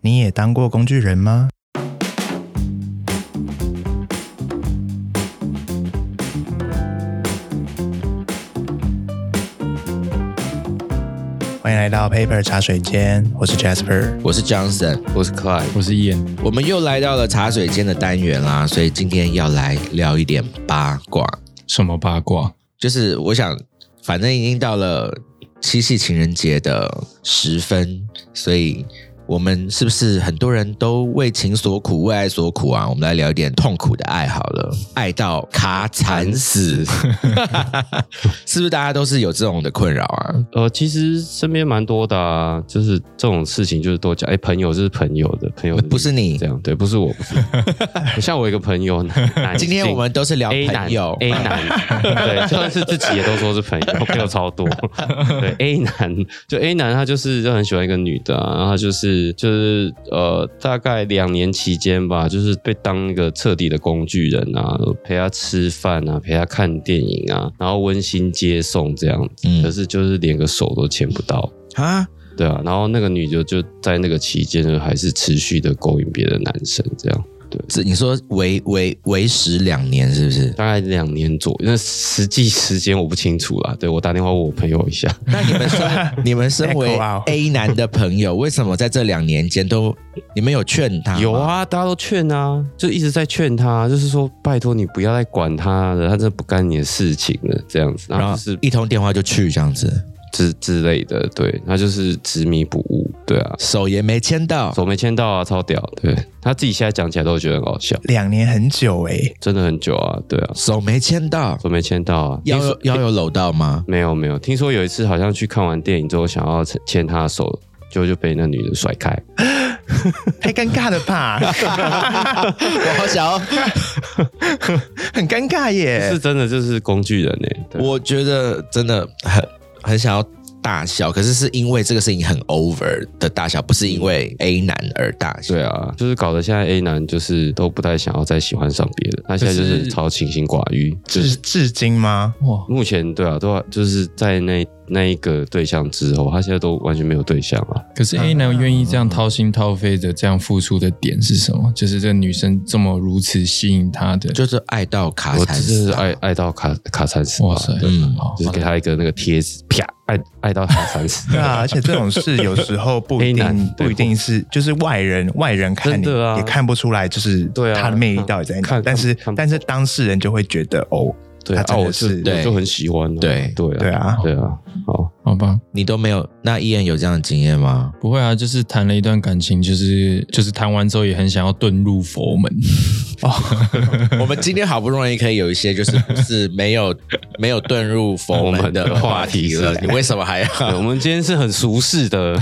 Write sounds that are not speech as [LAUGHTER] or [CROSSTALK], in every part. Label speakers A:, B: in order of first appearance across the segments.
A: 你也当过工具人吗？欢迎来到 Paper 茶水间，我是 Jasper。
B: 我是 Johnson，
C: 我是 Clyde，
D: 我是伊人，
B: 我们又来到了茶水间的单元啦，所以今天要来聊一点八卦。
D: 什么八卦？
B: 就是我想，反正已经到了七夕情人节的时分，所以我们是不是很多人都为情所苦，为爱所苦啊？我们来聊一点痛苦的爱好了，爱到卡惨死， [LAUGHS] 是不是大家都是有这种的困扰啊？
C: 呃，其实身边蛮多的啊，就是这种事情就是多讲，哎、朋友就是朋友的，朋友
B: 哎不是你
C: 这样，对，不是我，不是我， [LAUGHS] 像我一个朋友，
B: [LAUGHS]
C: 男
B: 今天我们都是聊
C: A
B: 朋
C: 男 [LAUGHS]
B: 友
C: A 男，对，就算是自己也都说是朋友，朋友超多，对 A 男，就 A 男他就是就很喜欢一个女的、啊，然后他就是就是呃，大概两年期间吧，就是被当一个彻底的工具人啊，陪她吃饭啊，陪她看电影啊，然后温馨接送这样子，
B: 嗯
C: 可是就是连个手都牵不到。
B: 啊，
C: 对啊，然后那个女的就在那个期间呢，还是持续的勾引别的男生，这样
B: 这你说为为为时两年是不
C: [LAUGHS]
B: 是？
C: 大概两年左右，那实际时间我不清楚啦。对我打电话问我朋友一下，
B: 那你们身你们身
C: [LAUGHS]
B: 为
A: Echo out
B: A 男的朋友，为什么在这两年间都你们有劝他？
C: 有，啊，大家都劝啊，就一直在劝他，就是说拜托你不要再管他了，他真的不干你的事情了，这样子，然
B: 然
C: 后
B: 后
C: 就是
B: 一通电话就去这样子，
C: 之之类的，对他就是执迷不悟，对啊，
B: 手也没牵到。
C: 手没牵到啊，超屌，对他自己现在讲起来都觉得很好笑，
A: 两年很久哎、
C: 真的很久啊，对啊，
B: 手没牵到，
C: 手没牵到啊，
B: 腰有腰有搂到
C: [LAUGHS]
B: 吗？
C: 没有没有，听说有一次好像去看完电影之后，想要牵她的手，结果就被那女的甩开。
A: 太尴尬了吧？ [LAUGHS]
B: 我好想要，
A: 很尴尬耶
C: 是！真的就是工具人哎、
B: [LAUGHS]
C: 对
B: 我觉得真的很很想要大笑，可是是因为这个事情很 over 的大笑，不是因为 A 男而大笑。
C: 嗯对啊，就是搞得现在 A 男就是都不太想要再喜欢上别人，他现在就
D: 可
C: 是
D: 是
C: 超清心寡欲。
A: 至至今吗？
D: 哇，
C: 目前对啊，都就是在那那一个对象之后，他现在都完全没有对象了。
D: 可是 A 男愿意这样掏心掏肺的这样付出的点是什么？就是这个女生这么如此吸引他的，
B: 就是爱到卡
C: 我
B: 惨
C: 真是
B: 死啊，
C: 爱爱到卡卡惨死吧，
D: 哇塞，
B: 嗯
D: 好
C: 就是给他一个那个贴纸，啪，爱爱到卡惨死。
A: [LAUGHS] 对啊，而且这种事有时候不
C: [LAUGHS]
A: 一
C: 黑
A: 定
C: 男
A: 不一定是，就是外人外人看你
C: 真的啊
A: 也看不出来，就是
C: 对啊
A: 他的魅力到底在哪
C: 看。看
A: 但是
C: 看不出来
A: 但是当事人就会觉得哦，
C: 对
A: 他
C: 啊，
A: 真
C: 我
A: 的
C: 就是我就很喜欢啊。
B: 对
C: 对
A: 对啊
C: 对啊，好。
D: 好吧，
B: 你都没有。那伊人有这样的经验吗？
D: 不会啊，就是谈了一段感情，就是就是谈完之后也很想要遁入佛门，
B: [LAUGHS]
D: [LAUGHS]
B: 我们今天好不容易可以有一些就是不是没有没有遁入佛门的话题 [LAUGHS] 了，你为什么还要？
C: [LAUGHS] 对，我们今天是很俗世的，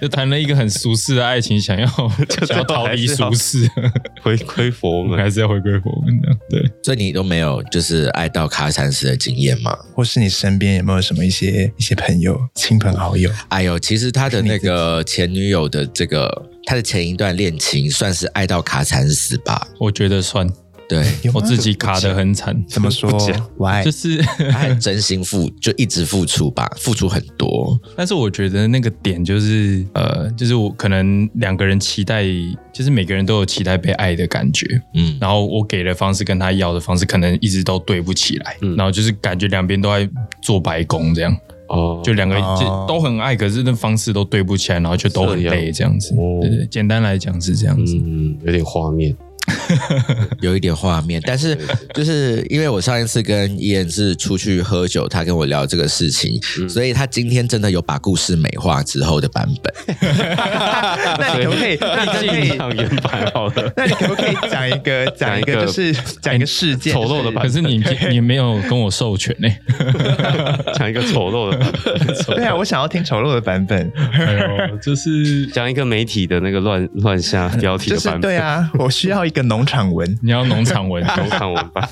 D: 就谈了一个很俗世的爱情，想要 [LAUGHS] 想要逃离俗世，
C: 回 [LAUGHS] 归佛
D: 我们。还是要回归佛门的。对，
B: 所以你都没有就是爱到卡惨死的经验吗？
A: 或是你身边有没有什么一些一些朋友、亲朋好友？
B: 哎呦，其实他的那个前女友的这个他的前一段恋情算是爱到卡惨死吧？
D: 我觉得算，
B: [LAUGHS] 对，
A: 有吗
D: 我自己卡得很惨，
A: 怎么
C: [LAUGHS]
A: 说？Why？
D: 就是。
B: 他很真心付，就一直付出吧，付出很多。
D: 但是我觉得那个点就是，呃，就是我可能两个人期待，就是每个人都有期待被爱的感觉，
B: 嗯，
D: 然后我给的方式跟他要的方式可能一直都对不起来，
C: 嗯
D: 然后就是感觉两边都在做白工这样，
C: 哦，
D: 就两个
A: 哦
D: 就都很爱，可是那方式都对不起来，然后就都很累这样子。
C: 哦
D: 对对，简单来讲是这样子。
C: 嗯，有点画面，
B: 有一点画面，
D: 哎
B: 但是就是因为我上一次跟伊恩是出去喝酒，他跟我聊这个事情，
D: 嗯
B: 所以他今天真的有把故事美化之后的版本。
A: [LAUGHS]
D: 嗯
A: 那你可不
C: [LAUGHS]
A: 可以？那你可不可
C: 尽
A: 以？
C: 量原版好了。
A: 那你可不可以讲一个讲一
C: [LAUGHS] 讲
A: 个
C: 一个哎
A: 就是讲一个事件？
C: 丑陋的版
D: 可是你你没有跟我授权欸呢、
C: [LAUGHS] 讲一个丑陋的版本，
A: 就是对啊，我想要听丑陋的版本，
D: 哎呦，就是
C: [LAUGHS] 讲一个媒体的那个乱乱下标题
A: 就
C: 的
A: 是
C: 版
A: 对
C: 本， [LAUGHS]
A: 啊，我需要一个农场文。
D: [LAUGHS] 你要农场文，
C: 都看文版。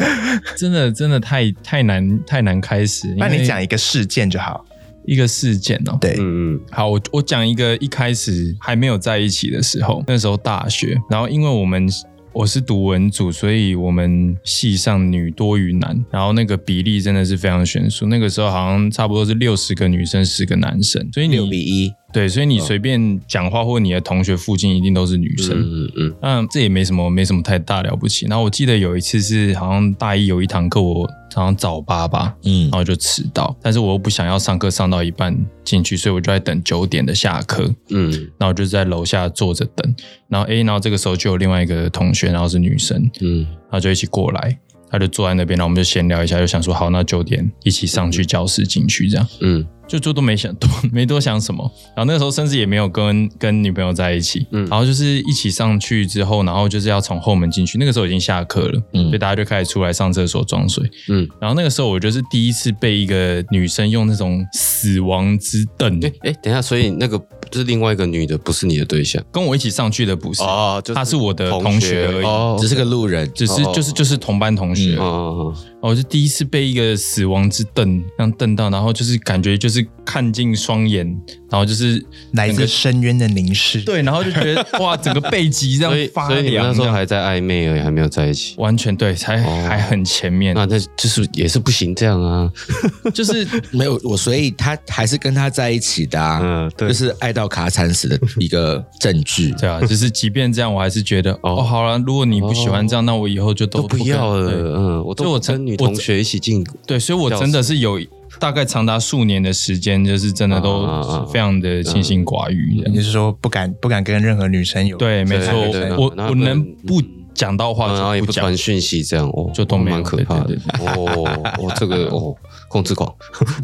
D: 真的真的太太难太难开始。
A: 那
D: 因
A: 你
D: 为
A: 讲一个事件就好。
D: 一个事件哦、
A: 对，
C: 嗯嗯，
D: 好，我我讲一个一开始还没有在一起的时候，那时候大学，然后因为我们我是读文组，所以我们系上女多于男，然后那个比例真的是非常悬殊。那个时候好像差不多是六十个女生，十个男生，所以
B: 六
D: 你
B: 比一，
D: 对，所以你随便讲话或你的同学附近一定都是女生。
C: 嗯嗯嗯，
D: 那这也没什么，没什么太大了不起。然后我记得有一次是好像大一有一堂课，我好像早八吧，
B: 嗯
D: 然后就迟到，但是我又不想要上课上到一半进去，所以我就在等九点的下课，
C: 嗯
D: 然后我就在楼下坐着等。然后诶，然后这个时候就有另外一个同学，然后是女生，
C: 嗯
D: 然后就一起过来，她就坐在那边，然后我们就闲聊一下，就想说好，那九点一起上去教室进去这样。
C: 嗯
D: 就就都没 [LAUGHS] 想多没多想什么，然后那时候甚至也没有跟跟女朋友在一起，
C: 嗯
D: 然后就是一起上去之后，然后就是要从后门进去，那个时候已经下课了，
B: 嗯
D: 所以大家就开始出来上厕所装水，
C: 嗯，
D: 然后那个时候我就是第一次被一个女生用那种死亡之瞪，
C: 哎哎，等一下，所以那个就是另外一个女的，不是你的对象
D: 跟我一起上去的不是，
C: 哦，就
D: 她是我的同学而已
C: 哦，
B: 只是个路人，
D: 只是
C: 哦
D: 就是就是同班同学，
B: 嗯
C: 哦
D: 然
C: 哦哦，
D: 后我就第一次被一个死亡之瞪，这样瞪到，然后就是感觉就是看进双眼，然后就是
A: 来自深渊的凝视。
D: 对，然后就觉得哇，整个背脊这
C: 所以
D: 样发
C: 所以你们
D: 凉
C: 那时
D: 这
C: 候
D: 样。
C: 还在暧昧而已，还没有在一起。
D: 完全对，才、
C: 哦
D: 还很前面，
C: 那那就是也是不行这样啊，
D: 就是。
B: 没有我，所以他还是跟他在一起的啊，
C: 嗯对
B: 就是爱到卡惨死的一个证据
C: [LAUGHS]
D: 对啊，就是即便这样，我还是觉得哦
C: 哦
D: 好了，如果你不喜欢这样，那我以后就都
C: 都不
D: 跟
C: 要了，
D: 对
C: 嗯，
D: 所以
C: 我都
D: 我
C: 我
D: 曾
C: 跟女
D: 我
C: 同学一起进，
D: 对，所以我真的是有大概长达数年的时间，就是真的
C: 啊啊啊
D: 都
C: 啊
D: 非常的清心寡欲这
A: 你
D: 样。
A: 是说不敢不敢跟任何女生有
D: 对，没错，
C: 嗯对对
D: 我我
C: 然后
D: 我
C: 不能
D: 能不讲到
C: 嗯然
D: 话
C: 后也
D: 就
C: 不
D: 哦不讲
C: 传。讯息，这样哦，
D: 就都没有
C: 蛮可怕
D: 对
C: 的
D: 对
C: 哦哦，这个哦，控制狂， [LAUGHS]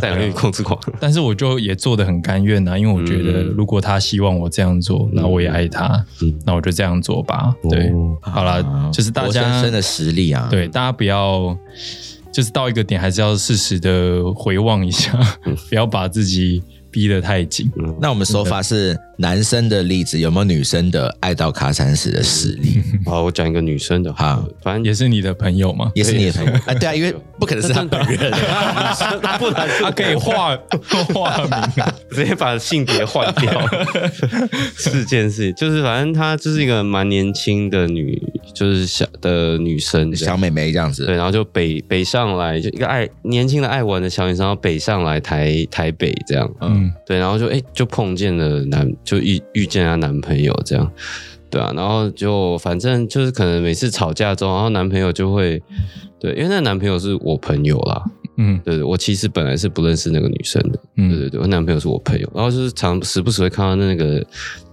C: 在领域控制狂，
D: 但是我就也做的很甘愿呐、啊因为我觉得
C: 嗯
D: 如果他希望我这样做，那我也爱他，
C: 嗯
D: 那我就这样做吧。对，
C: 哦
D: 好啦，就是大
B: 活
D: 家
B: 生生的实力啊，，
D: 对，大家不要就是到一个点，还是要适时的回望一下，
C: 嗯
D: [LAUGHS] 不要把自己逼得太紧。
B: 那我们手法是男生的例子，有没有女生的爱到卡惨死的实
D: [LAUGHS]
B: 力？
C: 好，我讲一个女生的，
B: 好，
C: 反正
D: 也是你的朋友嘛，
B: 也是你的朋友啊？对啊，因为不可能是他本人，啊
C: 他 [LAUGHS] 不然
D: 他可以化化
C: [LAUGHS]
D: 名啊，
C: 直接把性别换掉， [LAUGHS] 是件事情，就是反正她就是一个蛮年轻的女，就是小的女生这样，
B: 小美眉这样
C: 对，
B: 子。
C: 然后就北北上来，就一个爱年轻的爱玩的小女生，然后北上来台台北这样，
D: 嗯，
C: 对，然后就哎、诶就碰见了男，就遇遇见她男朋友这样，对啊，然后就反正就是可能每次吵架之后，然后男朋友就会，对，因为那个男朋友是我朋友啦，
D: 嗯
C: 对，我其实本来是不认识那个女生的，对对
D: 嗯，
C: 对，我男朋友是我朋友，然后就是常时不时会看到那个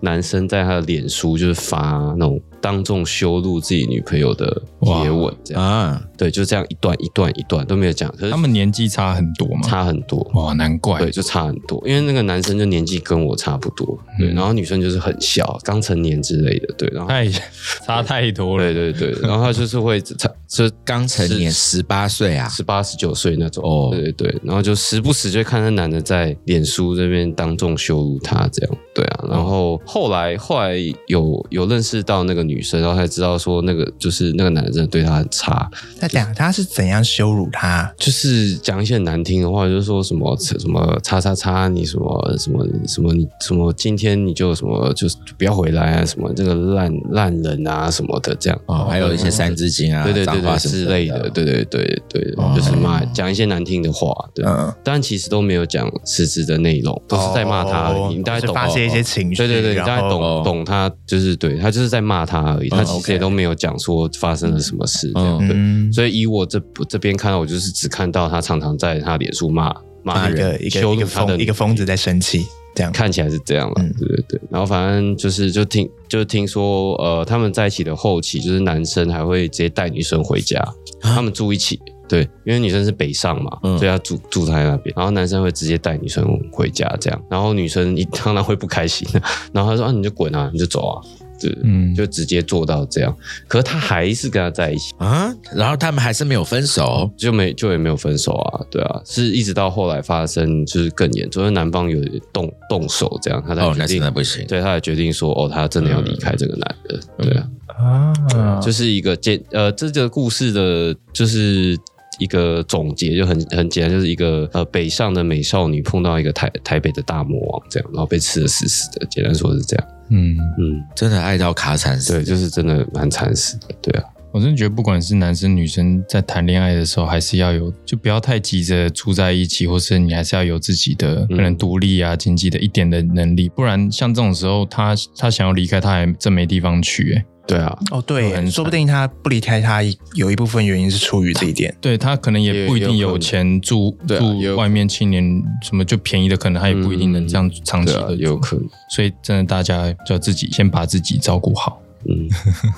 C: 男生在他的脸书就是发那种当众羞辱自己女朋友的贴文，这样
B: 啊，
C: 对，就这样一段一段一段都没有讲，可是
D: 他们年纪差很多嘛，
C: 差很多，
D: 哇，难怪
C: 对，就差很多，因为那个男生就年纪跟我差不多，对，
D: 嗯
C: 然后女生就是很小，刚成年之类的，对，然后
D: 太 [LAUGHS] 差太多
C: 对
D: 了。
C: 对
D: [LAUGHS]
C: 对，然后他就是会他就
B: 刚成年十八岁啊，
C: 十八十九岁那种，
B: 哦
C: 对对对，然后就时不时就会看那男的在脸书这边当众羞辱她这样，对啊，然后后来后来有有认识到那个女生，然后才知道说那个就是那个男的真的对她很差，
A: 那讲他是怎样羞辱他？
C: 就是讲一些很难听的话，就是说什么什么叉叉叉，你什么什么什么你什么今天你就什么就是不要回来啊，什么这个烂烂人啊什么的这样，
B: 哦，
D: 嗯
B: 还有一些三字经啊，
C: 对对对
B: 脏
C: 对
B: 话什么
C: 之类的，对对对对，
B: 哦
C: 就是骂讲一些难听的话，对。
A: 嗯，
C: 但其实都没有讲实质的内容，都是在骂他而
A: 哦
C: 已。你大概
A: 就是
C: 懂，
A: 发泄一些情绪，
C: 对对对，你
A: 然
C: 大概
A: 后
C: 懂懂他，就是对他就是在骂他而已。他其
A: OK
C: 实也都没有讲说发生了什么事这样。
B: 嗯
C: 对，
A: 嗯，
C: 所以以我这这边看到，我就是只看到他常常在他脸书骂骂
A: 一个
C: 人，
A: 一个
C: 羞
A: 一
C: 辱
A: 个
C: 他的
A: 疯一个疯子在生气，这样
C: 看起来是这样了，
A: 嗯
C: 对对对。然后反正就是就听就听说，呃，他们在一起的后期，就是男生还会直接带女生回家，
A: 啊
C: 他们住一起。对，因为女生是北上嘛，
B: 嗯
C: 所以她住住在那边，然后男生会直接带女生回家这样，然后女生一 [LAUGHS] 当然会不开心，然后他说啊你就滚啊，你就走啊，对，
D: 嗯
C: 就直接做到这样，可是他还是跟他在一起，
B: 啊，然后他们还是没有分手，哦
C: 就没就也没有分手啊，对啊，是一直到后来发生就是更严重，就是男方有动动手这样，他才
B: 哦，
C: 决
B: 那嗯真
C: 定
B: 的不行。
C: 对，他也决定说，哦，他真的要离开这个男的，对啊，
A: 啊，
B: 嗯
C: 就是一个简呃，这个故事的，就是一个总结，就很很简单，就是一个呃北上的美少女碰到一个台台北的大魔王这样，然后被吃的死死的，简单说是这样，
D: 嗯，
C: 嗯，
B: 真的爱到卡惨死，
C: 对，就是真的蛮惨死的，对啊，
D: 我真的觉得，不管是男生女生，在谈恋爱的时候，还是要有，就不要太急着住在一起，或是你还是要有自己的可
C: 嗯
D: 能独立啊、经济的一点的能力，不然像这种时候，他他想要离开，他还真没地方去、欸。
C: 对啊，
A: 哦，
D: 很惨
A: 对，说不定他不离开他，有一部分原因是出于这一 [LAUGHS] 点。
D: 对他可能也
E: 也
D: 不一定
E: 也有
D: 有
E: 可能
D: 钱住
E: 对啊也有
D: 住
E: 可能
D: 外面青年什么就便宜的，可能他也不一定能这样长期
E: 对啊
D: 的，
E: 有可能。
D: 所以真的大家就要自己先把自己照顾好。
C: 嗯，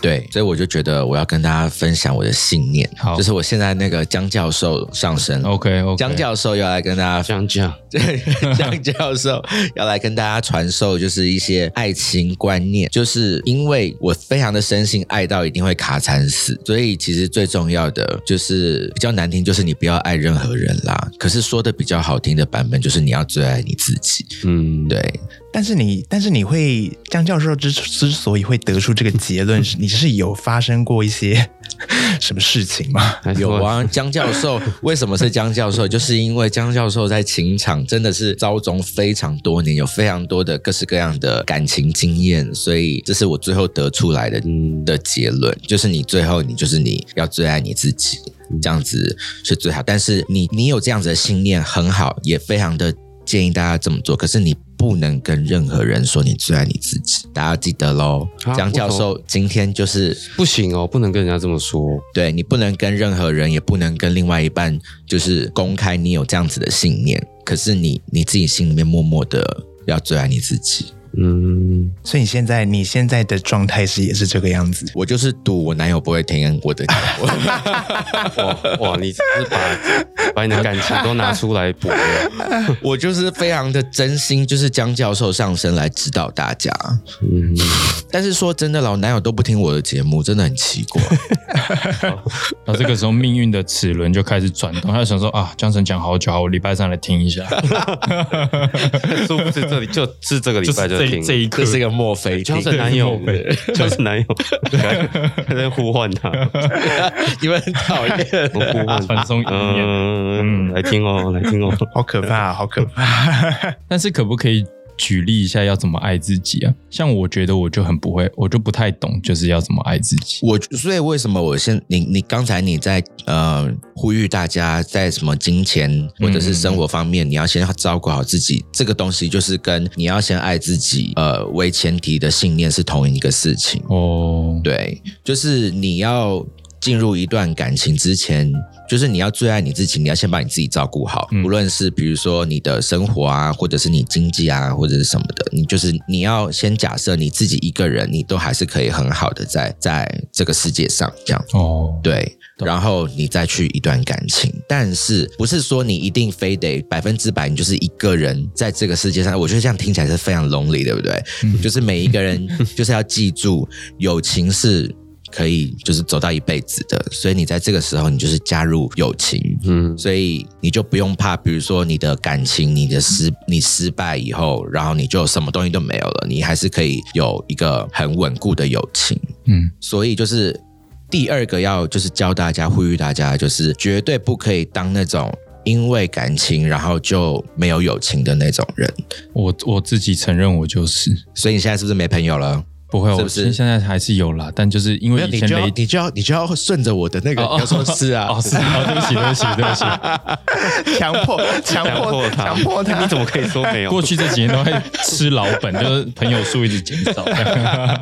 B: 对，所以我就觉得我要跟大家分享我的信念，
D: 好
B: 就是我现在那个江教授上身
C: 哦
D: OK OK，
B: 江教授要来跟大家
C: 这样讲，
B: [LAUGHS] 对，江教授要来跟大家传授，就是一些爱情观念。就是因为我非常的深信爱到一定会卡惨死，所以其实最重要的就是比较难听，就是你不要爱任何人啦。可是说的比较好听的版本，就是你要最爱你自己。
C: 嗯，
B: 对，
A: 但是你，但是你会江教授之之所以会得出这个结 [LAUGHS] 论，是你是有发生过一些 [LAUGHS] 什么事情吗？
C: 还是
B: 有
C: 我，
B: 啊，江教
C: [LAUGHS]
B: 授为什么是江教授？就是因为江教授在情场真的是遭中非常多年，有非常多的各式各样的感情经验，所以这是我最后得出来的
C: 嗯，
B: 的结论，就是你最后你就是你要最爱你自己，这样子是最好。但是你你有这样子的信念很好，也非常的建议大家这么做。可是你不能跟任何人说你最爱你自己，大家记得喽。
C: 啊
B: 江教授今天就是
C: 不行哦，不能跟人家这么说。
B: 对你不能跟任何人，也不能跟另外一半，就是公开你有这样子的信念。可是你你自己心里面默默的要最爱你自己。
C: 嗯，
A: 所以你现在你现在的状态是也是这个样子。
B: 我就是赌我男友不会听我的 [LAUGHS] 节目。
C: 哇哇，你只是把把你的感情都拿出来补了。
B: 我就是非常的真心，就是江教授上身来指导大家。
C: 嗯，
B: 但是说真的，老男友都不听我的节目，真的很奇怪。
D: 然后这个时候命运的齿轮就开始转动，他就想说啊，江晨讲好久，好，我礼拜三来听一下，
C: 殊不知这里就是这个礼
D: 就是
C: 拜就
D: 这
C: 听
D: 一这一刻
B: 这是一个墨
C: [LAUGHS]
B: 菲定
C: 乔，是男友
D: 莫非，
C: [LAUGHS] 乔
D: [LAUGHS]
C: 是男友，还在呼唤他，
B: 你们 [LAUGHS] 很讨厌。
C: 我呼唤
D: 传送一年。
C: 嗯，来听哦，来
D: [LAUGHS]
C: 听哦。
A: 好可怕，好可怕！
D: 但是可不可以举例一下要怎么爱自己啊？像我觉得我就很不会，我就不太懂，就是要怎么爱自己。
B: 我所以为什么我现你你刚才你在呃呼吁大家在什么金钱或者是生活方面，你要先照顾好自己，这个东西就是跟你要先爱自己呃为前提的信念是同一个事情。
D: 哦，
B: 对，就是你要进入一段感情之前，就是你要最爱你自己，你要先把你自己照顾好，
D: 嗯
B: 无论是比如说你的生活啊，或者是你经济啊，或者是什么的，你就是你要先假设你自己一个人，你都还是可以很好的在在这个世界上这样。
D: 哦，
B: 对，然后你再去一段感情，但是不是说你一定非得百分之百你就是一个人在这个世界上？我觉得这样听起来是非常 lonely，对不对？就是每一个人就是要记住，友情是。可以就是走到一辈子的，所以你在这个时候，你就是加入友情，
C: 嗯，
B: 所以你就不用怕，比如说你的感情、你的失、你失败以后，然后你就什么东西都没有了，你还是可以有一个很稳固的友情。
D: 嗯，
B: 所以就是第二个要就是教大家、呼吁大家，就是绝对不可以当那种因为感情然后就没有友情的那种人。
D: 我我自己承认我就是
B: 所以你现在是不是没朋友了？
D: 不会，
B: 是
D: 我
B: 不是
D: 现在还是有啦，但就是因为以
B: 你
D: 前哦
B: 就要
D: 累
B: 你就要你就要顺着我的那个，你要说是啊，
D: 哦，是哦，对不起，对不起，对不
B: [LAUGHS]
D: 起。
A: 强迫，强
C: 强迫
A: 迫，
C: 他，
A: 强迫他
C: 哎你！怎么可以说没有？
D: 过去这几年都在吃老本，就是朋友数一直减少。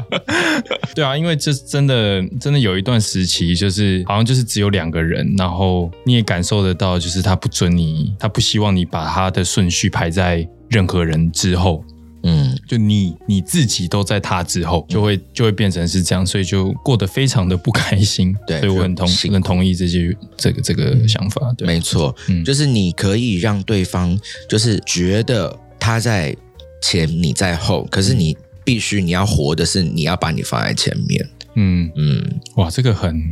D: [LAUGHS] 对啊，因为这真的真的有一段时期，就是好像就是只有两个人，然后你也感受得到，就是他不准你，他不希望你把他的顺序排在任何人之后。
B: 嗯，
D: 就你你自己都在他之后，就会就会变成是这样，所以就过得非常的不开心。
B: [LAUGHS] 对
D: 所以我很同
B: 就很辛苦嗯
D: 很同意这些这个这个想法。对，
B: 没错，
D: 嗯
B: 就是你可以让对方就是觉得他在前，你在后，可是你必须你要活的是你要把你放在前面。
D: 嗯，
B: 嗯，
D: 哇，这个很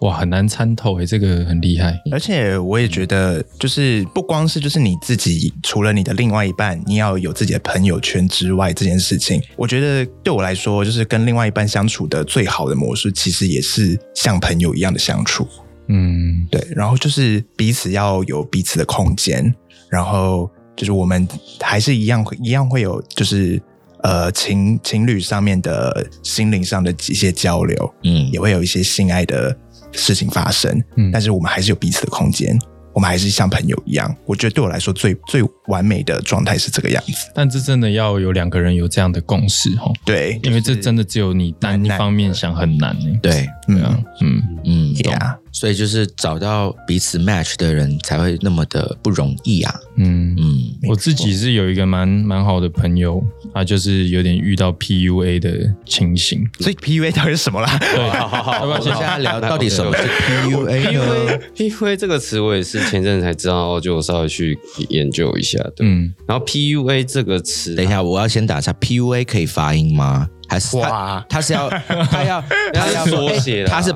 D: 哇很难参透诶、欸这个很厉害。
A: 而且我也觉得，就是不光是就是你自己，除了你的另外一半，你要有自己的朋友圈之外，这件事情，我觉得对我来说，就是跟另外一半相处的最好的模式，其实也是像朋友一样的相处。
D: 嗯，
A: 对，然后就是彼此要有彼此的空间，然后就是我们还是一样一样会有就是。呃情情侣上面的心灵上的一些交流，
B: 嗯
A: 也会有一些性爱的事情发生，
D: 嗯
A: 但是我们还是有彼此的空间，我们还是像朋友一样。我觉得对我来说最最完美的状态是这个样子。
D: 但这真的要有两个人有这样的共识哦，
A: 对，
D: 因为这真的只有你单一方面想很难呢。
B: 对，
D: 对啊
A: 嗯，
D: 嗯，
B: 嗯，懂。
C: 啊
A: ，Yeah，
B: 所以就是找到彼此 match 的人才会那么的不容易啊。
D: 嗯，
B: 嗯，
D: 我自己是有一个蛮蛮好的朋友，他就是有点遇到 PUA 的情形。
A: 所以 PUA 到底是什么啦？
D: 对，
C: 好好好，
D: 要不要
B: 我们
D: 先
B: 现在聊到底什么是
C: [LAUGHS]
B: PUA 呢？
C: PUA？PUA 这个词我也是前阵子才知道，就我稍微去研究一下。对，
D: 嗯，
C: 然后 PUA 这个词，啊
B: 等一下，我要先打一下，PUA 可以发音吗？还是他
A: 哇，
B: 他是要他要他要
C: 它是缩写啦
B: 他是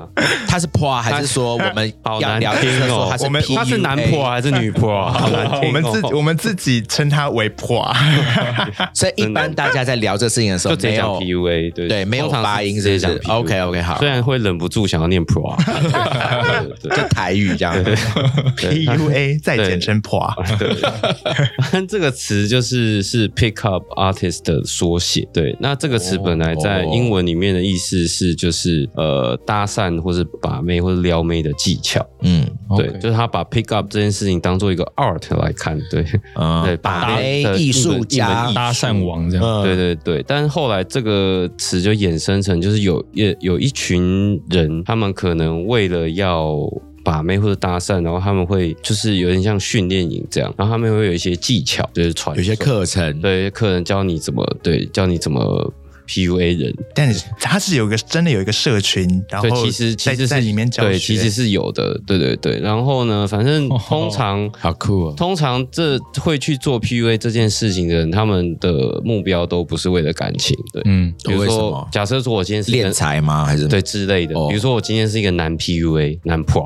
B: 他是破还是说我
C: [LAUGHS]
B: 们
C: 好
B: 要
C: 难
B: 聊天
C: 听
B: 的时候
C: 哦
B: 他，是
C: 我们他是男破
B: PUA
C: 还是女
B: [LAUGHS]
C: 破啊？ [LAUGHS] 好难听
A: [LAUGHS]
C: 哦
A: 我们自我们自己称它为破啊，
C: [LAUGHS]
B: 所以一般大家在聊这事情的时候
C: 就直接
B: 没
C: 讲
B: 有
C: PUA，对
B: 对没有发音是不是？OK OK 好
C: 虽，然会忍不住想要念 pro，啊
B: [LAUGHS]
C: 对对对对
B: 就台语这样。
C: [LAUGHS]
A: PUA 再简称破啊，
C: 对，但这个词就是是 pick up artist 的缩写。对，那这个词本来在英文里面的意思是就是呃搭讪或是把妹或是撩妹的技巧。
B: 嗯
C: 对
D: OK
C: 就是他把 pick up 这件事情当做一个 art 来看。对，
B: 啊
C: 对，
B: 把
C: 搭
A: 哎
B: 妹
C: 的
B: 艺
C: 一门
B: 术
C: 一门
B: 家
C: 艺，
D: 搭讪王这样。
B: 嗯
C: 对对对，但是后来这个词就衍生成，就是有有有一群人，他们可能为了要把妹或者搭讪，然后他们会就是有点像训练营这样，然后他们会有一些技巧，就是传
B: 有些
C: 授
B: 课程
C: 对客人教你怎么对教你怎么 PUA 人，
A: 但是它是有一个真的有一个社群，然后
C: 对，其实其
A: 在
C: 实是
A: 在里面教学，
C: 对，其实是有的，对对对。然后呢，反正
D: 哦
C: 通常、
B: 好酷哦。
C: 通常这会去做 PUA 这件事情的人，他们的目标都不是为了感情，对。
D: 嗯，
C: 比如
B: 哦为什
C: 说
B: 么，
C: 假设说我今天是一个
B: 练财吗？还是
C: 对之类的
B: 哦，
C: 比如说我今天是一个男 PUA 男 pro，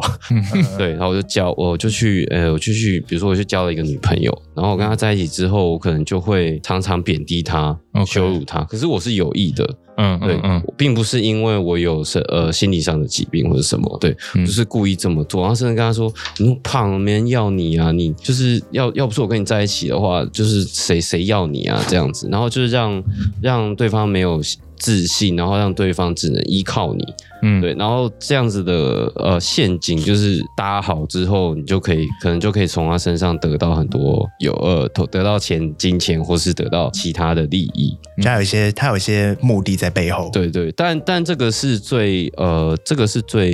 C: 对， [LAUGHS] 然后我就交，我就去，呃，我就去，比如说我去交了一个女朋友，然后我跟她在一起之后，我可能就会常常贬低她、
D: OK
C: 羞辱她，可是我是有意的，
D: 嗯
C: 对
D: 嗯，嗯，
C: 我并不是因为我有是呃心理上的疾病或者什么，对，
D: 嗯
C: 就是故意这么做，然后甚至跟她说你那么胖，没人要你啊，你就是要要不是我跟你在一起的话，就是谁谁要你啊这样子，然后就是让让对方没有。自信，然后让对方只能依靠你，
D: 嗯，
C: 对，然后这样子的呃陷阱就是搭好之后，你就可以可能就可以从他身上得到很多有呃得得到钱、金钱或是得到其他的利益。
A: 它有一些它有一些目的在背后，
C: 对对，但但这个是最呃这个是最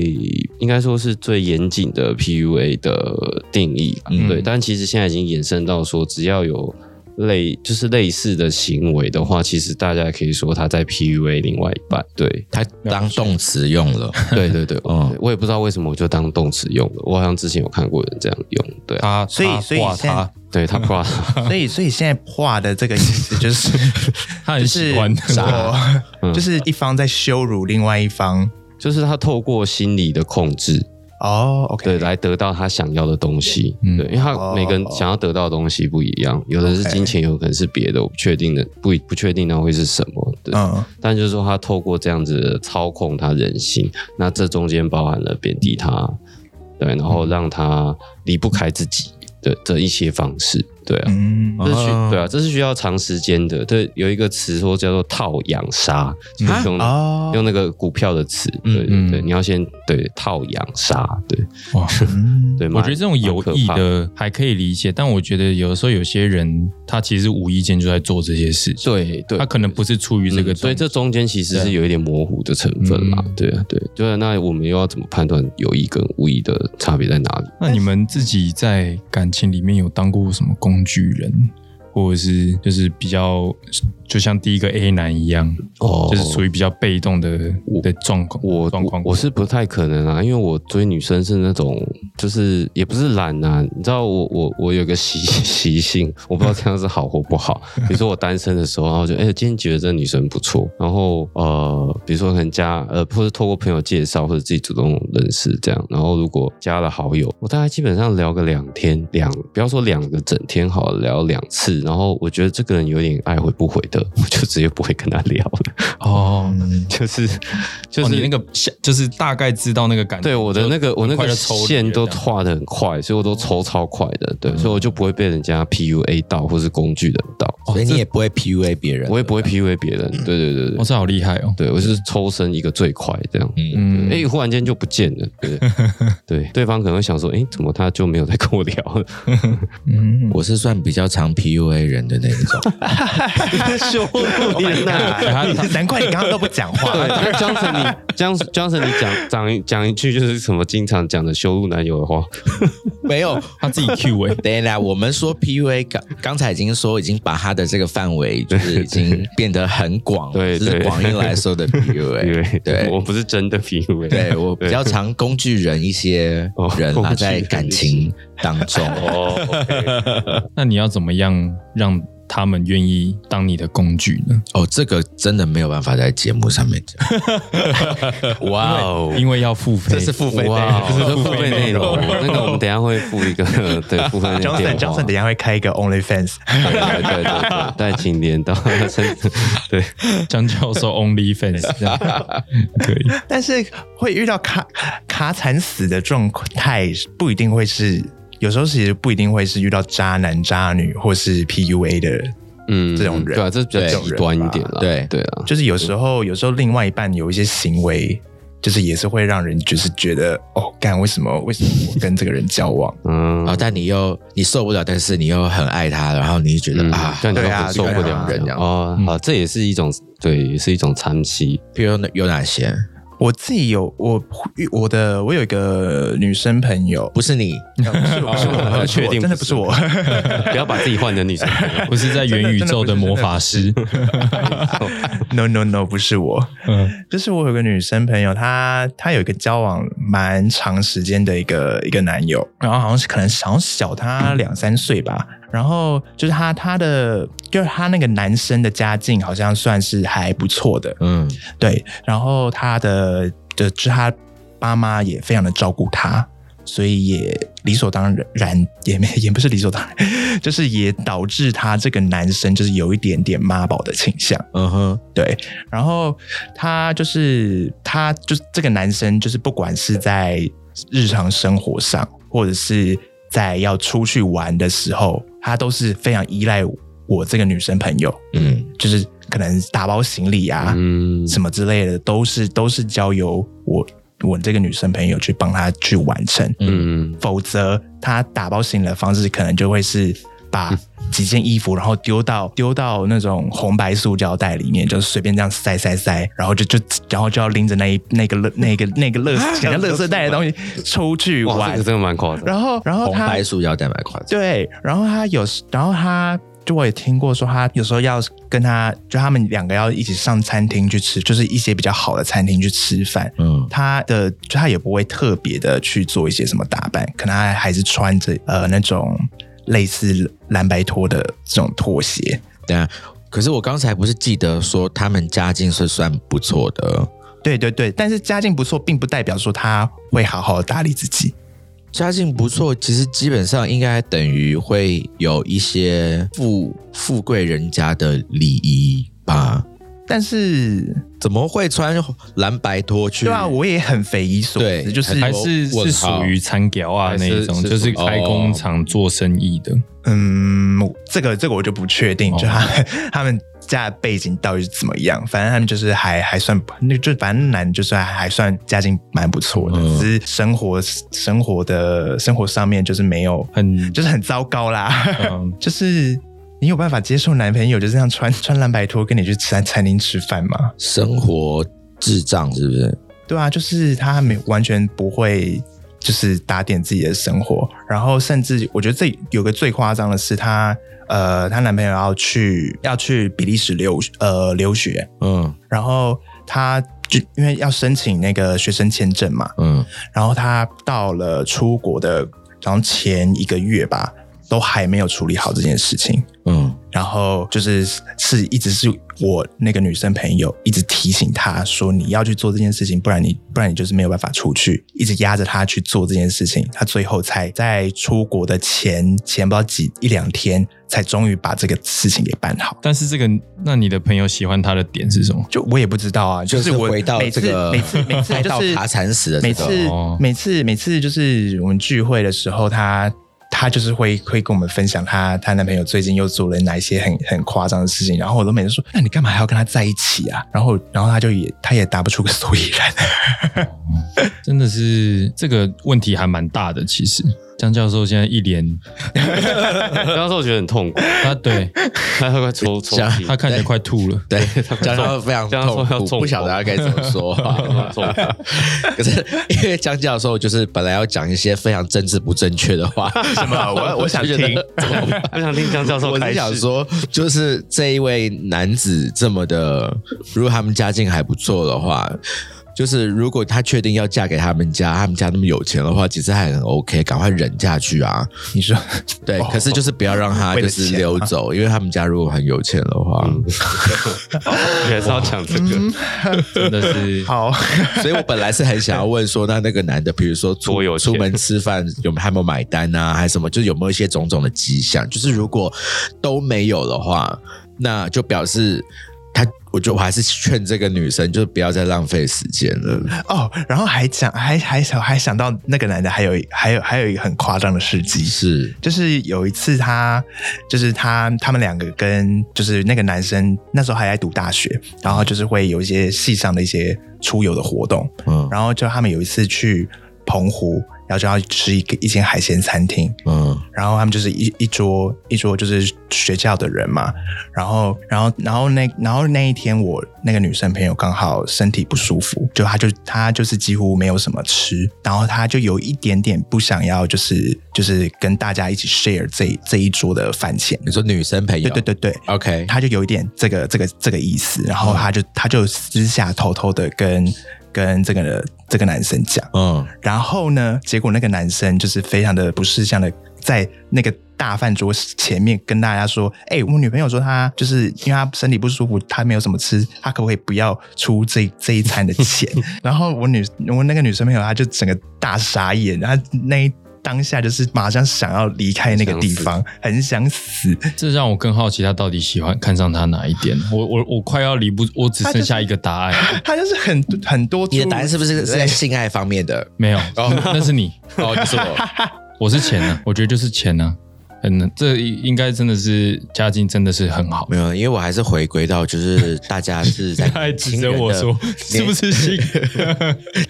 C: 应该说是最严谨的 PUA 的定义。
B: 嗯
C: 对，但其实现在已经延伸到说，只要有。类就是类似的行为的话，其实大家可以说他在 PUA 另外一半，对，
B: [LAUGHS] 他当动词用了？
C: 对对对，
B: 嗯
C: 嗯，我也不知道为什么我就当动词用了，我好像之前有看过有人这样用，对啊，
D: 他，
A: 所以
D: 他
A: 所以
D: 哇
A: 现在
D: 他
C: 对他 pro，
A: 所以所以现在破的这个意思就是
C: [LAUGHS]
D: 他
A: 就
D: 很喜
A: 是
D: 欢
C: 嗯
A: 我 [LAUGHS] 就是一方在羞辱另外一方。
C: 就是他透过心理的控制，
A: 哦，OK、
C: 对，
A: o k
C: 来得到他想要的东西，
D: 嗯
C: 对，因为他每个人想要得到的东西不一样，有的是
A: 哦 OK
C: 金钱，有可能是别的，我不确定的，不不确定那会是什么，对，
A: 嗯，
C: 但就是说他透过这样子的操控他人性，那这中间包含了贬低他，对，然
D: 嗯
C: 后让他离不开自己的这一些方式，对啊，
A: 嗯，
C: 这是需
B: 哦
C: 对啊，这是需要长时间的。对，有一个词说叫做套养杀，就是用、
A: 哦
C: 用那个股票的词，对对
D: 啊嗯
C: 对，你要先对套养杀，对
D: 哇。
A: 嗯
C: 对。
D: 我
C: 蛮
D: 觉得这种有意，的还可以理解，但我觉得有的时候有些人他其实无意间就在做这些事情，
C: 蛮可怕的对对，
D: 他可能不是出于
C: 嗯
D: 这个动机，
C: 所以这中间其实是有一点模糊的成分啦
D: 嗯。
C: 对啊，对，对啊。那我们又要怎么判断有意跟无意的差别在哪里？
D: 那你们自己在感情里面有当过什么工具人，或者是就是比较就像第一个 A 男一样，
C: 哦
D: 就是属于比较被动的的状况，
C: 我
D: 啊状况
C: 我我是不太可能啊，因为我追女生是那种，就是也不是懒啊，你知道我我我有个习 [LAUGHS] 习性，我不知道这样是好或不好。比如说我单身的时候，然后就哎、今天觉得这女生不错，然后呃，比如说可能加呃，或是透过朋友介绍或者自己主动认识这样，然后如果加了好友，我大概基本上聊个两天两，不要说两个整天好了，聊两次，然然后我觉得这个人有点爱回不回的，我就直接不会跟他聊了，
D: 哦，
C: [LAUGHS] 就是就
D: 哦
C: 是、
D: 你那个下就是大概知道那个感觉，
C: 对我的
D: 就
C: 那个我那
D: 很快
C: 个
D: 就抽离了
C: 线都
D: 这样
C: 画的很快，所以我都抽超快的，对，所以我就不会被人家 PUA 到，或是工具人到，
B: 所以你也不会 PUA 别人，
C: 哦我也不会 PUA 别人，对对对对
D: 哦，这好厉害哦，
C: 对我就是抽身一个最快这样。
B: 嗯
D: 嗯，
C: 哎、忽然间就不见了，对对，对方可能会想说，哎、怎么他就没有在跟我聊了？
D: 嗯，
B: 我是算比较常 PUA 人的那一
C: [LAUGHS]
B: 种，
C: 羞辱你 [LAUGHS] 呐！
A: 啊 [LAUGHS] 难怪你刚刚都不讲
C: [LAUGHS]
A: 话。
C: 对，江城你江江城你讲讲一讲一句就是什么经常讲的羞辱男友的话，
B: 没有。
D: 他自己 Q 哎，
B: 等一下，我们说 PUA 刚刚才已经说已经把他的这个范围就是已经变得很广，
C: 对
B: 就是
C: 对
B: 广义来说
C: [LAUGHS]
B: 的 PUA，
C: 对
B: 对
C: 我不是真的 PUA，
B: 对我比较常工具人一些
C: 哦
B: 人
C: 工具
B: 啦，在
C: 人
B: 感情当中，
C: [LAUGHS] 哦，OK，
D: 那你要怎么样让他们愿意当你的工具呢？
B: 哦，这个真的没有办法在节目上面讲，
C: 哇哦。
D: 因为要付费，
B: 这是付费内
C: 哇哦，
B: 容。
C: 这是付费内容，那个我们等一下会付一个对付费内容
A: Johnson Johnson 等一下会开一个 OnlyFans， [LAUGHS]
C: 对对对对对，但请连到身，对
D: 江教授 Only Fans 这样可以。
A: 但是会遇到卡卡惨死的状态，不一定会是，有时候其实不一定会是遇到渣男渣女或是 PUA 的，
C: 嗯
A: 这种人
C: 对啊，这比较
B: 对
C: 极端一点了，
B: 对
C: 对啊，
A: 就是有时候有时候另外一半有一些行为，就是也是会让人就是觉得哦，干为什么为什么我跟这个人交往？ [LAUGHS]
C: 嗯
B: 然哦后，但你又你受不了，但是你又很爱他，然后你就觉得啊，
C: 嗯这样你
A: 对啊
C: 就很受不
A: 对
C: 了
A: 啊
B: 人这样
C: 哦，好，这也是一种对，也是一种长期
B: 比如有哪些？
A: 我自己有我我的我有一个女生朋 [LAUGHS] 友，
B: 不是你，
A: 呃不是我不是我，不是我
C: 确定
A: 真的不是我，
C: [LAUGHS] 不要把自己换成女生朋友
D: 不是在
C: [LAUGHS]
D: 元宇宙的魔法师，
A: [LAUGHS] no no no，不是我，
D: 嗯，
A: 就是我有个女生朋友，她她有一个交往蛮长时间的一个一个男友，然后好像是可能好像小她两三岁吧，然后就是她她的就是她那个男生的家境好像算是还不错的，
B: 嗯，
A: 对，然后她的就就她爸妈也非常的照顾她。所以也理所当然，也没也不是理所当然， [LAUGHS] 就是也导致她这个男生就是有一点点妈宝的倾向。
B: 嗯哼，
A: 对，然后他就是他就是这个男生，就是不管是在日常生活上，或者是在要出去玩的时候，他都是非常依赖我这个女生朋友，
B: 嗯，
A: 就是可能打包行李啊、
C: 嗯
A: 什么之类的，都是都是交由我我这个女生朋友去帮他去完成。
C: 嗯
A: 否则他打包行李的方式可能就会是把几件衣服，然后丢到丢到那种红白塑胶袋里面，就是随便这样塞塞塞，然后就就然后就要拎着那一那个乐那个那个
C: [LAUGHS]
A: 乐想要乐色袋的东西出去
C: 哇，
A: 玩
C: 这个，真的
A: [LAUGHS]
C: 蛮夸张，
A: 然后然后
B: 红
A: 哦他
B: 白塑胶蛋白块，
A: 对，然后他有时，然后他就我也听过说，他有时候要跟他就他们两个要一起上餐厅去吃，就是一些比较好的餐厅去吃饭，
B: 嗯，
A: 他的就他也不会特别的去做一些什么打扮，可能他还是穿着呃那种类似蓝白拖的这种拖鞋。
B: 对啊。可是我刚才不是记得说他们家境是算不错的，
A: 对对对，但是家境不错，并不代表说他会好好地打理自己。
B: 家境不错，其实基本上应该等于会有一些富富贵人家的礼仪吧？
A: 但是，
B: 怎么会穿蓝白拖去？
A: 对啊，我也很匪夷所
B: 对
A: 思，就是
D: 还是
B: 我
D: 是属于餐屌啊
C: 还
D: 那
C: 是
D: 一种，
C: 是
D: 就是哦
C: 属于
D: 开工厂做生意的。
A: 嗯，这个这个我就不确定，
D: 哦
A: 就他们 [LAUGHS] 他们家的背景到底是怎么样。反正他们就是还还算，那就反正男就是还还算家境蛮不错的，
B: 嗯
A: 只是生活生活的生活上面就是没有
D: 很
A: 就是很糟糕啦。
D: 嗯，
A: [LAUGHS] 就是你有办法接受男朋友就这样穿穿蓝白拖跟你去餐餐厅吃饭吗？
B: 生活智障是不是？
A: 对啊，就是他没完全不会。就是打点自己的生活，然后甚至我觉得这有个最夸张的是她，呃，她男朋友要去要去比利时留呃留学，
B: 嗯
A: 然后她就因为要申请那个学生签证嘛，
B: 嗯，
A: 然后她到了出国的，然后前一个月吧，都还没有处理好这件事情，
B: 嗯，
A: 然后就是是一直是我那个女生朋友一直提醒她说你要去做这件事情，不然你不然你就是没有办法出去，一直压着她去做这件事情，她最后才在出国的前前不知道几一两天，才终于把这个事情给办好。
D: 但是这个，那你的朋友喜欢他的点是什么？
A: 就我也不知道啊，
B: 就是
A: 是我
B: 回到
A: 每
B: 这
A: 次
B: 个
A: 每次
B: [LAUGHS]
A: 每次
B: 回到
A: 就是
B: 爬蚕食的这
A: 每
B: 个
A: 次
D: 哦
A: 每次每次就是我们聚会的时候，她她就是会会跟我们分享她她男朋友最近又做了哪一些很很夸张的事情，然后我都每次说，那你干嘛还要跟他在一起啊？然后然后她就也她也答不出个所以然。
D: 真的是这个问题还蛮大的。其实江教授现在一脸，
C: 那时候我觉得很痛苦，
D: 他对
C: 他快抽抽
B: 这
D: [LAUGHS]
C: 筋
D: 他，看起来快吐了。
B: 对，江教授非常
C: 江教授
B: 痛
C: 要
B: 苦，
C: 中
B: 不晓得
C: 风
B: 他该怎么
A: [LAUGHS]
B: 说话。
C: 痛苦
B: [LAUGHS] 可是因为江教授就是本来要讲一些非常政治不正确的话，
A: [LAUGHS] 什么？我我想
B: 就觉得
A: 听。
B: 怎么办
C: 我想听江教授
B: 我
C: 开
B: 是
C: 始。
B: 想说，就是这一位男子这么的，如果他们家境还不错的话，就是如果他确定要嫁给他们家，他们家那么有钱的话，其实还很 OK，赶快忍下去啊。
A: 你说
B: 对，
A: [LAUGHS] 哦
B: 可是就是不要让他
A: 为
B: 就
A: 了
B: 是
A: 钱啊
B: 溜走，因为他们家如果很有钱的话，
C: 嗯，也是要讲这个
D: 真的是
A: 好， [LAUGHS]
B: [LAUGHS] 所以我本来是很想要问说，那那个男的，比如说出
C: 多有钱
B: 出门吃饭有还没有买单啊，还是什么，就是有没有一些种种的迹象？就是如果都没有的话，那就表示他，我就我还是劝这个女生，就是不要再浪费时间了。
A: 哦，然后还讲还还想还想到那个男的还有还有还有一个很夸张的事迹，
B: 是
A: 就是有一次他，就是他他们两个跟就是那个男生那时候还在读大学，然后就是会有一些系上的一些出游的活动，
B: 嗯
A: 然后就他们有一次去澎湖，然后就要吃一个一间海鲜餐厅，
B: 嗯，
A: 然后他们就是一一桌一桌就是学校的人嘛，然后然后然后那然后那一天我那个女生朋友刚好身体不舒服，就她就她就是几乎没有什么吃，然后她就有一点点不想要就是就是跟大家一起 share 这这一桌的饭钱，
B: 你说女生朋友，
A: 对对对对，
B: ，OK，
A: 他就有一点这个这个这个意思，然后他就他就私下偷偷的跟跟这个这个男生讲。
B: 嗯，
A: 然后呢，结果那个男生就是非常的不识相的，在那个大饭桌前面跟大家说：“哎、我女朋友说她就是因为她身体不舒服，她没有什么吃，她可不可以不要出这这一餐的钱？” [LAUGHS] 然后我女我那个女生朋友，她就整个大傻眼，她那一。当下就是马上想要离开那个地方，很想死。
D: 这让我更好奇，他到底喜欢看上他哪一点？我我我快要理不，我只剩下一个答案，
A: 她就是很很多出入。
B: 你的答案是不是是在性爱方面的？
D: 没有，
B: 哦
D: 那是你，
B: [LAUGHS] 哦，你是我，
D: 我是钱呢、啊我觉得就是钱呢、啊，很这应该真的是家境真的是很
B: [LAUGHS]
D: 好。
B: 没有，因为我还是回归到就是大家是在
D: [LAUGHS] 他还指
B: 亲
D: 着
B: 人
D: 我
B: 的
D: 说：“是不 [LAUGHS] 是性？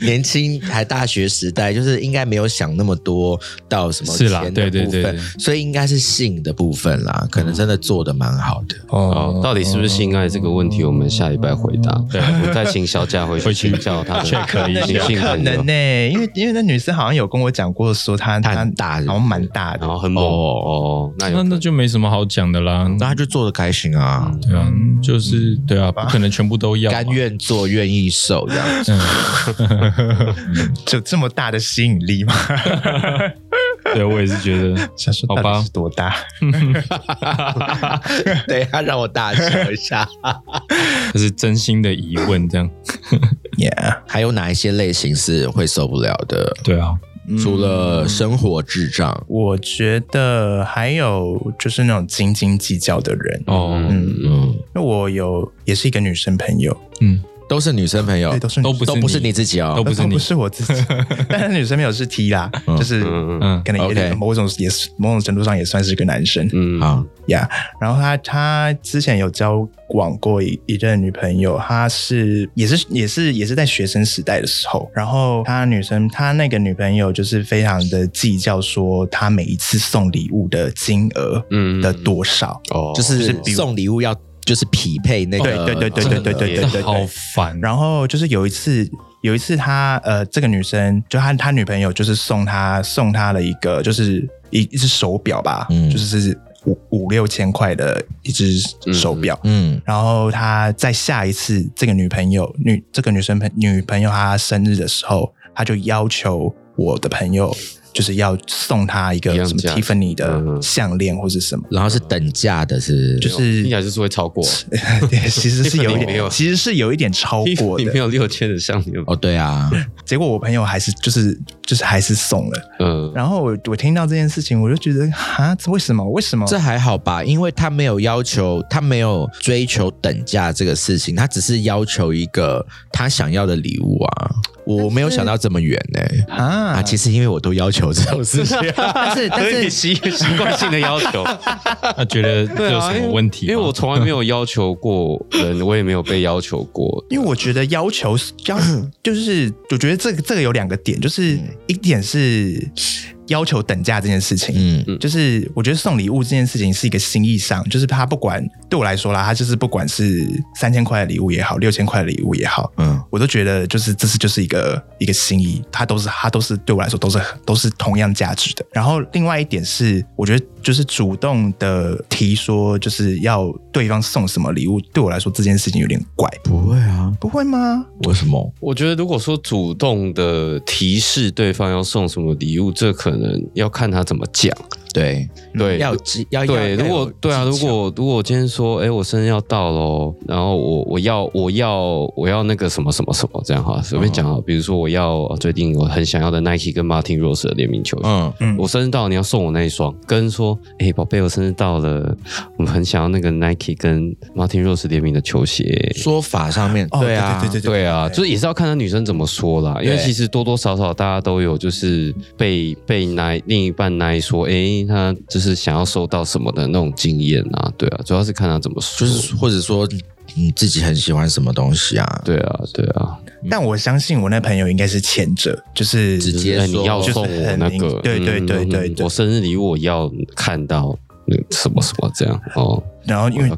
B: 年轻还大学时代，就是应该没有想那么多到什么
D: 是啦
B: 钱的
D: 对对
B: 部分
D: 对对
B: 所以应该是性的部分啦，可能真的做的蛮好的。
C: 好，哦到底是不是性爱这个问题，我们下礼拜回答。
D: 哦对
C: 我再请小贾回
D: 回
C: 去
D: 去
C: 请教他的
D: check 一下
C: 女
A: 有
C: 性
A: 可
C: 朋
A: 能
C: 友
A: 呢、，因为因为那女生好像有跟我讲过，说她
B: 她
A: 她
B: 很大是不是
A: 好像蛮大的
C: 然。后很猛
B: 哦
C: 哦，那有
D: 那
C: 可
D: 那
C: 能
D: 就没什么好讲的啦。
B: 那他就做的开心啊，
D: 对啊，就是对啊，不可能全部都要嘛。
B: 甘愿做愿意受这样子。
A: 就这么大的吸引力吗？
D: 对我也是觉得，
A: 想说
D: 好吧
A: 到底是多大？
B: 对他让我大笑一下。
D: 这是真心的疑问，这样。
A: Yeah，
B: 还有哪一些类型是会受不了的？
D: 对啊，
B: 除了生活智障，
A: 我觉得还有就是那种斤斤计较的人。
D: 哦，
A: 嗯，
B: 嗯，
A: 因为我有也是一个女生朋友，
D: 嗯，
B: 都是女生朋友
A: 对，，都是
D: 都不
B: 都不是你自己哦
D: 都。不是
A: 都
D: 你
A: 呃不是我自己，
D: [LAUGHS]
A: 但是女生朋友是 T 啦，就是
C: 嗯嗯
D: 嗯
A: 可能有
B: OK
A: 点某种也是某种程度上也算是个男生。
C: 嗯
B: 啊，
A: 呀、然后他他之前有交往过一一任女朋友，她是也是也是也是在学生时代的时候，然后他女生他那个女朋友就是非常的计较，说他每一次送礼物的金额
C: 嗯
A: 的多少，
C: 哦，
B: 就是
A: 比如
B: 送礼物要就是匹配那个，
A: 对对对对对对对
D: 这好烦。
A: 然后就是有一次，有一次他呃，这个女生就他他女朋友就是送他送他了一个就是一一只手表吧，
B: 嗯
A: 就是五五六千块的一只手表。
B: 嗯
A: 然后他在下一次这个女朋友女这个女生朋女朋友她生日的时候，他就要求我的朋友就是要送他一个
C: 一样
A: 什么
C: 价值
A: Tiffany 的
C: 嗯嗯
A: 项链或是什么，
B: 然后是等价的是，
A: 就
C: 听起
A: 是
C: 来就是会超过。
A: 其实是有一
C: Tiffany 没有
A: 点，其实是有一点超过
C: 你
A: 的
C: [LAUGHS] 没。有六千的项链吗？
B: 哦，对啊，
A: 结果我朋友还是就是就是还是送了。
D: 哦
C: 嗯，
A: 然后我我听到这件事情，我就觉得啊，这为什么？为什么？
B: 这还好吧，因为他没有要求，他没有追求等价这个事情，他只是要求一个他想要的礼物啊。我没有想到这么远呢、
A: 啊
B: 啊，其实因为我都要求这种事 [LAUGHS] 情，
A: 但 [LAUGHS] 是但
C: 这是
A: 是
C: 你习习惯性的要求，
D: 他觉得
C: [LAUGHS] 对
D: 有
C: 啊，
D: 什
C: 因
D: 么
C: 为
D: 问题吗？
C: 因为我从来没有要求过人， [LAUGHS] 我也没有被要求过。
A: 因为我觉得要求要就是，我觉得这个这个有两个点，就是一点是要求等价这件事情。
B: 嗯，
A: 就是我觉得送礼物这件事情是一个心意上，就是他不管对我来说啦，他就是不管是三千块的礼物也好，六千块的礼物也好，
B: 嗯，
A: 我都觉得就是这是就是一个一个心意，它都是它都是对我来说都是都是同样价值的。然后另外一点是，我觉得就是主动的提说就是要对方送什么礼物，对我来说这件事情有点怪，
B: 不会啊，
A: 不会吗？
B: 为什么？
C: 我觉得如果说主动的提示对方要送什么礼物，这可能要看他怎么讲。
B: 对
C: 对，
B: 嗯要知要
C: 对，
B: 要
C: 如
B: 要
C: 果
B: 有
C: 对啊，
B: 技
C: 如
B: 巧
C: 果如果我今天说，哎，我生日要到喽，然后我我要我要我要那个什么什么什么这样哈，随便讲啊
B: 嗯
C: 哈，比如说我要呃最近我很想要的 Nike 跟 Martin Rose 的联名球鞋。
B: 嗯
A: 嗯，
C: 我生日到了，你要送我那一双，跟说，哎、宝贝，我生日到了，我们很想要那个 Nike 跟 Martin Rose 联名的球鞋。
B: 说法上面，
A: 哦
B: 对啊，
A: 对对对
C: 对啊，就是也是要看她女生怎么说啦，因为
B: 对
C: 其实多多少少大家都有就是被被奶另一半奶说，诶，她就是想要收到什么的那种经验啊，对啊，主要是看她怎么
B: 就
C: 说，
B: 是或者说你自己很喜欢什么东西啊，
C: 对啊，对啊，
A: 但我相信我那朋友应该是前者，就是
B: 直接
C: 就是哎
B: 说
C: 你要送我那
A: 就是
C: 个，
A: 很对对
C: 嗯
A: 对对
C: 嗯
A: 对
C: 我生日礼物我要看到那什么什么这样哦，
A: 然后因为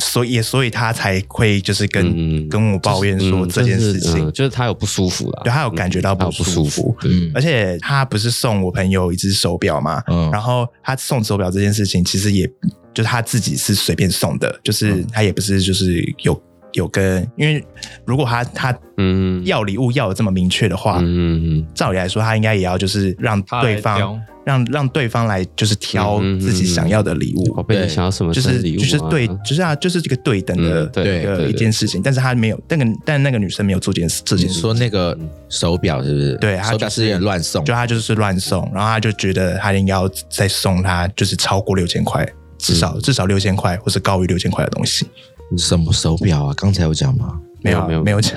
A: 所以也所以他才会就是跟、
C: 嗯
A: 跟我抱怨说
C: 嗯
A: 这件
C: 就是
A: 事情，
C: 嗯就是她有不舒服啦，
A: 对他有感觉到
C: 她有
A: 不
C: 不
A: 舒
C: 舒
A: 服
C: 服，，
B: 嗯
A: 而且他不是送我朋友一只手表嘛，
C: 哦
B: 嗯
A: 然后他送手表这件事情，其实也就是他自己是随便送的，
C: 哦
A: 就是他也不是就是有有跟，因为如果他他
C: 嗯，
A: 要礼物要的这么明确的话，
C: 嗯，嗯
A: 照理来说他应该也要就是让
D: 他来
A: 对方
D: 挑
A: 让让对方来就是挑
C: 嗯嗯嗯
A: 自己想要的礼物，
C: 嗯宝贝，
B: 对
C: 你想要什么
A: 就
C: 生日
A: 是
C: 礼物
A: 就
C: 啊？
A: 是对，就是啊，就是这个对等的
C: 嗯对
A: 一个
C: 对对
A: 一件事情，但是他没有，但个但那个女生没有做这件事这件
B: 你
A: 事情，
B: 说那个手表是不是？
A: 嗯对他
B: 手
A: 就
B: 表
A: 是
B: 是有点乱
C: 嗯
B: 送
A: 就，他就是乱送，然后他就觉得他应该要再送他就是超过六千块，至少、
C: 嗯
A: 至少六千块，或是高于六千块的东西。
B: 什么手表啊？刚才有讲吗？
A: 没有啊
C: 没有
A: 没有讲，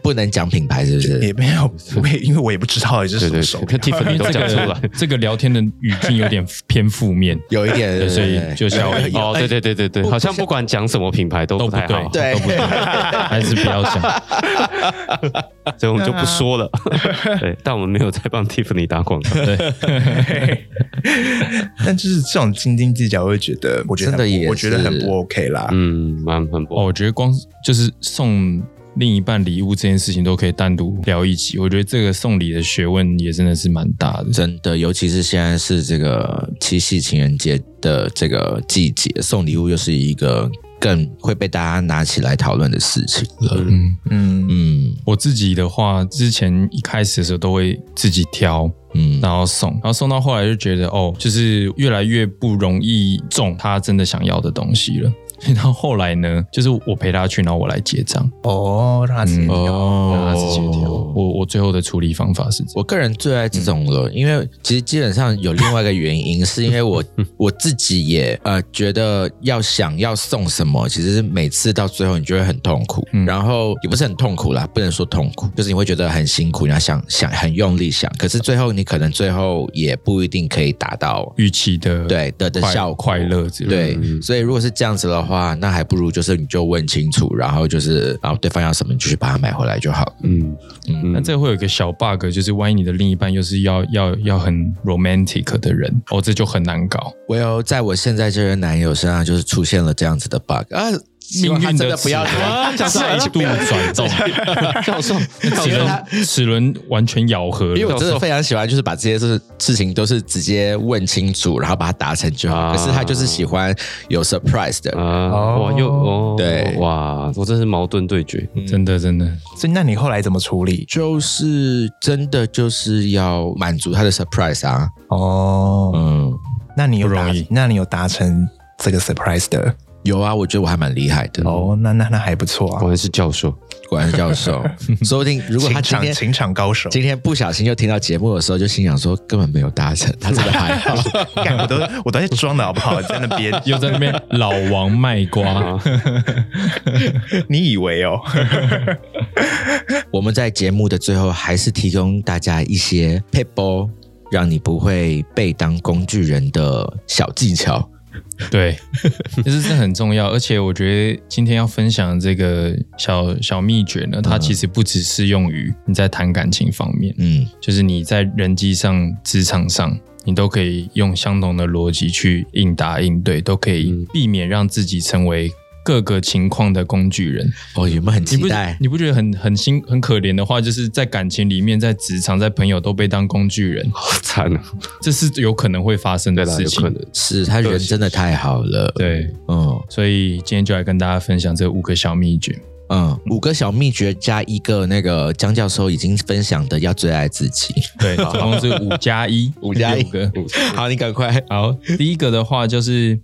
B: 不能讲品牌是不是？
A: 也没有，我也因为我也不知道也是
C: 对
A: 什
C: 对
A: 么手
C: 对，
A: 表
C: 看。Tiffany
D: 因
C: 都
D: 为这
C: 讲出来
D: 个。这个聊天的语境有点偏负面，
B: 有一点，
D: 对所以
B: 对
D: 就消音
C: 哦，对对对对对，好像
A: 不
C: 不管讲什么品牌都
D: 都
C: 不
D: 不
C: 太好，
B: 对
D: 对，都不对，还是不要讲。
C: 所以我们就不说了。对，但我们没有在帮 Tiffany 打广告。
A: 但就是这种斤斤计较，我会觉得，我觉得很
B: 真的也是
A: 我觉得很不 OK 啦。
C: 嗯，蛮很不
D: 哦，我觉得光就是送另一半礼物这件事情都可以单独聊一集，我觉得这个送礼的学问也真的是蛮大的。
B: 真的，尤其是现在是这个七夕情人节的这个季节，送礼物又是一个更会被大家拿起来讨论的事情了。
D: 嗯，
A: 嗯，
B: 嗯
D: 我自己的话，之前一开始的时候都会自己挑，
B: 嗯，
D: 然后送，然后送到后来就觉得哦，就是越来越不容易中他真的想要的东西了。 [LAUGHS] 然后后来呢，就是我陪他去，然后我来结账，
A: 哦，让他自己
D: 嗯让他自己挑。
B: 哦。
D: 我我最后的处理方法是这样，
B: 我个人最爱这
D: 嗯
B: 种了，因为其实基本上有另外一个原
D: [LAUGHS]
B: 因，是因为我我自己也呃觉得要想要送什么，其实是每次到最后你就会很痛苦，
D: 嗯
B: 然后也不是很痛苦啦，不能说痛苦，就是你会觉得很辛苦，你要想想很用力想，可是最后你可能最后也不一定可以达到
D: 预期的
B: 对的的
D: 嗯快
B: 效果
D: 快乐之类的。
B: 对，所以如果是这样子的话，那还不如就是你就问清楚，然后就是然后对方要什么，你就去把它买回来就好。
C: 嗯
D: 那
C: 嗯，
D: 这会有一个小 bug，就是万一你的另一半又是要要要很 romantic 的人，哦，这就很难搞。
B: 我有在我现在这任男友身上就是出现了这样子的 bug 啊，希望他真的不要啊来。
D: 再度转
B: [LAUGHS]
D: 动，
C: 教授，教
D: 齿
C: 授，
D: 轮齿轮完全咬合
B: 因为
D: 了。
B: 我真的非常喜欢，就是把这些事事情都是直接问清楚，然后把它达成就好。
C: 啊
B: 可是他就是喜欢有 surprise 的，
C: 啊，
A: 哦
C: 哇，又哦，
B: 对
C: 哇，我真是矛盾对决，
D: 真的真的，
A: 所以那你后来怎么处理？
B: 就是真的就是要满足他的 surprise 啊。
A: 哦，
B: 嗯，
A: 那你有
D: 不容
A: 达
D: 易，
A: 那你有达成这个 surprise 的
B: 有啊，我觉得我还蛮厉害的。
A: 哦，那那那还不错
C: 果
A: 啊，
C: 然是教授，
B: 果然是教 [LAUGHS] 授，说不定如果他
A: 情
B: 今
A: 场
B: 天
A: 情场高手，
B: 今天不小心就听到节目的时候，就心想说根本没有达成，他真的还好。
A: 干我都我都在装的好不好？在那边，
D: 又在那边老王卖瓜，
C: 啊
A: 你以为 [LAUGHS] 哦？
B: 我们在节目的最后还是提供大家一些 p e b a l 让你不会被当工具人的小技巧。
D: 对，其实这很重要。而且我觉得今天要分享的这个小小秘诀呢，它其实不只适用于你在谈感情方面，
B: 嗯，
D: 就是你在人际上、职场上，你都可以用相同的逻辑去应答应对，都可以
C: 嗯
D: 避免让自己成为各个情况的工具人。
B: 哦，有没有很
D: 你
B: 期
D: 不
B: 待？
D: 你不觉得很很心很可怜的话，就是在感情里面、在职场、在朋友都被当工具人，
C: 好惨啊！
D: 这是有可能会发生
C: 对
D: 的
C: 啦，
D: 事
C: 有
D: 情
C: 可。能，
B: 是他人真的太好了。，
D: 对，
B: 嗯
D: 所以今天就来跟大家分享这五个小秘诀。
B: 嗯，五个小秘诀加一个那个江教授已经分享的要最爱自 [LAUGHS] 己。
D: 对，总共是五加一，
B: 五加一
D: 六个。
B: 好，你赶快。
D: 好，第一个的话就是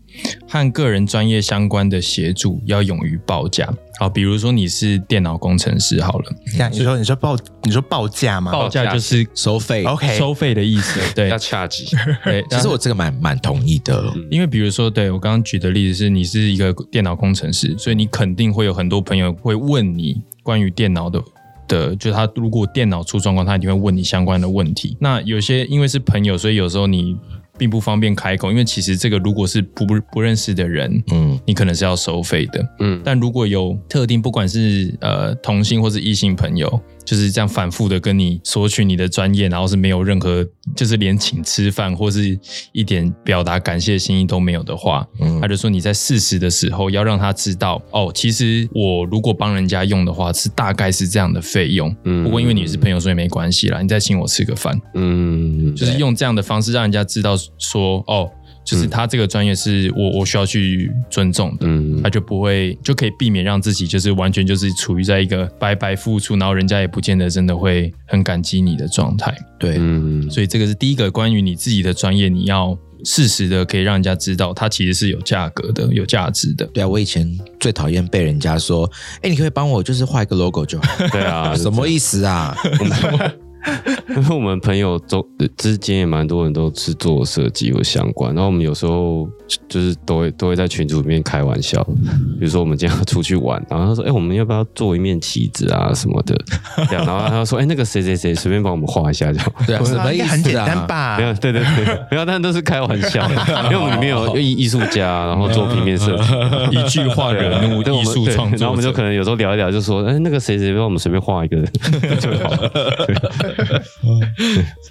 D: 和个人专业相关的协助要勇于报价。好，比如说你是电脑工程师，好了，
A: 这样你说你说报你说报价吗
D: 报价
C: 价
D: 就是
B: 收费。
A: ？OK，
D: 收费的意思。对
C: 要，恰吉，
D: 对，
B: 其实我这个蛮蛮同意的。
D: 因为比如说，对我刚刚举的例子是，你是一个电脑工程师，所以你肯定会有很多朋友会问你关于电脑的。的，就是他如果电脑出状况，他一定会问你相关的问题。那有些因为是朋友，所以有时候你并不方便开口，因为其实这个如果是不不不认识的人，
B: 嗯，
D: 你可能是要收费的。
C: 嗯，
D: 但如果有特定，不管是呃同性或是异性朋友，就是这样反复的跟你索取你的专业，然后是没有任何，就是连请吃饭或是一点表达感谢的心意都没有的话，
B: 嗯
D: 他就说你在适时的时候要让他知道，哦，其实我如果帮人家用的话，是大概是这样的费用。
C: 嗯
D: 不过因为你是朋友，所以没关系啦，你再请我吃个饭，
C: 嗯，
D: 就是用这样的方式让人家知道说，哦，就是他这个专业是我我需要去尊重的。
C: 嗯
D: 他就不会就可以避免让自己就是完全就是处于在一个白白付出，然后人家也不见得真的会很感激你的状态。
B: 对，
C: 嗯，
D: 所以这个是第一个关于你自己的专业，你要适时的可以让人家知道它其实是有价格的、有价值
C: [LAUGHS]
D: 的。
B: 对啊，我以前最讨厌被人家说，哎、你可不可以帮我就是画一个 logo 就好。
C: 对
B: [LAUGHS]
C: 啊，
B: 什么意思啊？
C: 因为我们朋友中呃之间也蛮多人都是做设计或相关，然后我们有时候就是都会都会在群组里面开玩笑，比如说我们今天要出去玩，然后他说：“哎、我们要不要做一面旗子啊什么的？”这样，然后他说：“哎、那个谁谁谁随便帮我们画一下就好。”
B: 对啊，什么意
A: 应该
B: 思、啊？
A: 很简单？吧
C: 没？有，对对对，没有，但都是开玩笑，因为我们里面有艺艺术家，然后做平
D: [LAUGHS]
C: 面设计，
D: 一句话惹怒
C: 对我
D: 艺
C: 们
D: 术
C: 对
D: 创作者，
C: 然后我们就可能有时候聊一聊，就说，哎，那个谁谁帮我们随便画一个就好了。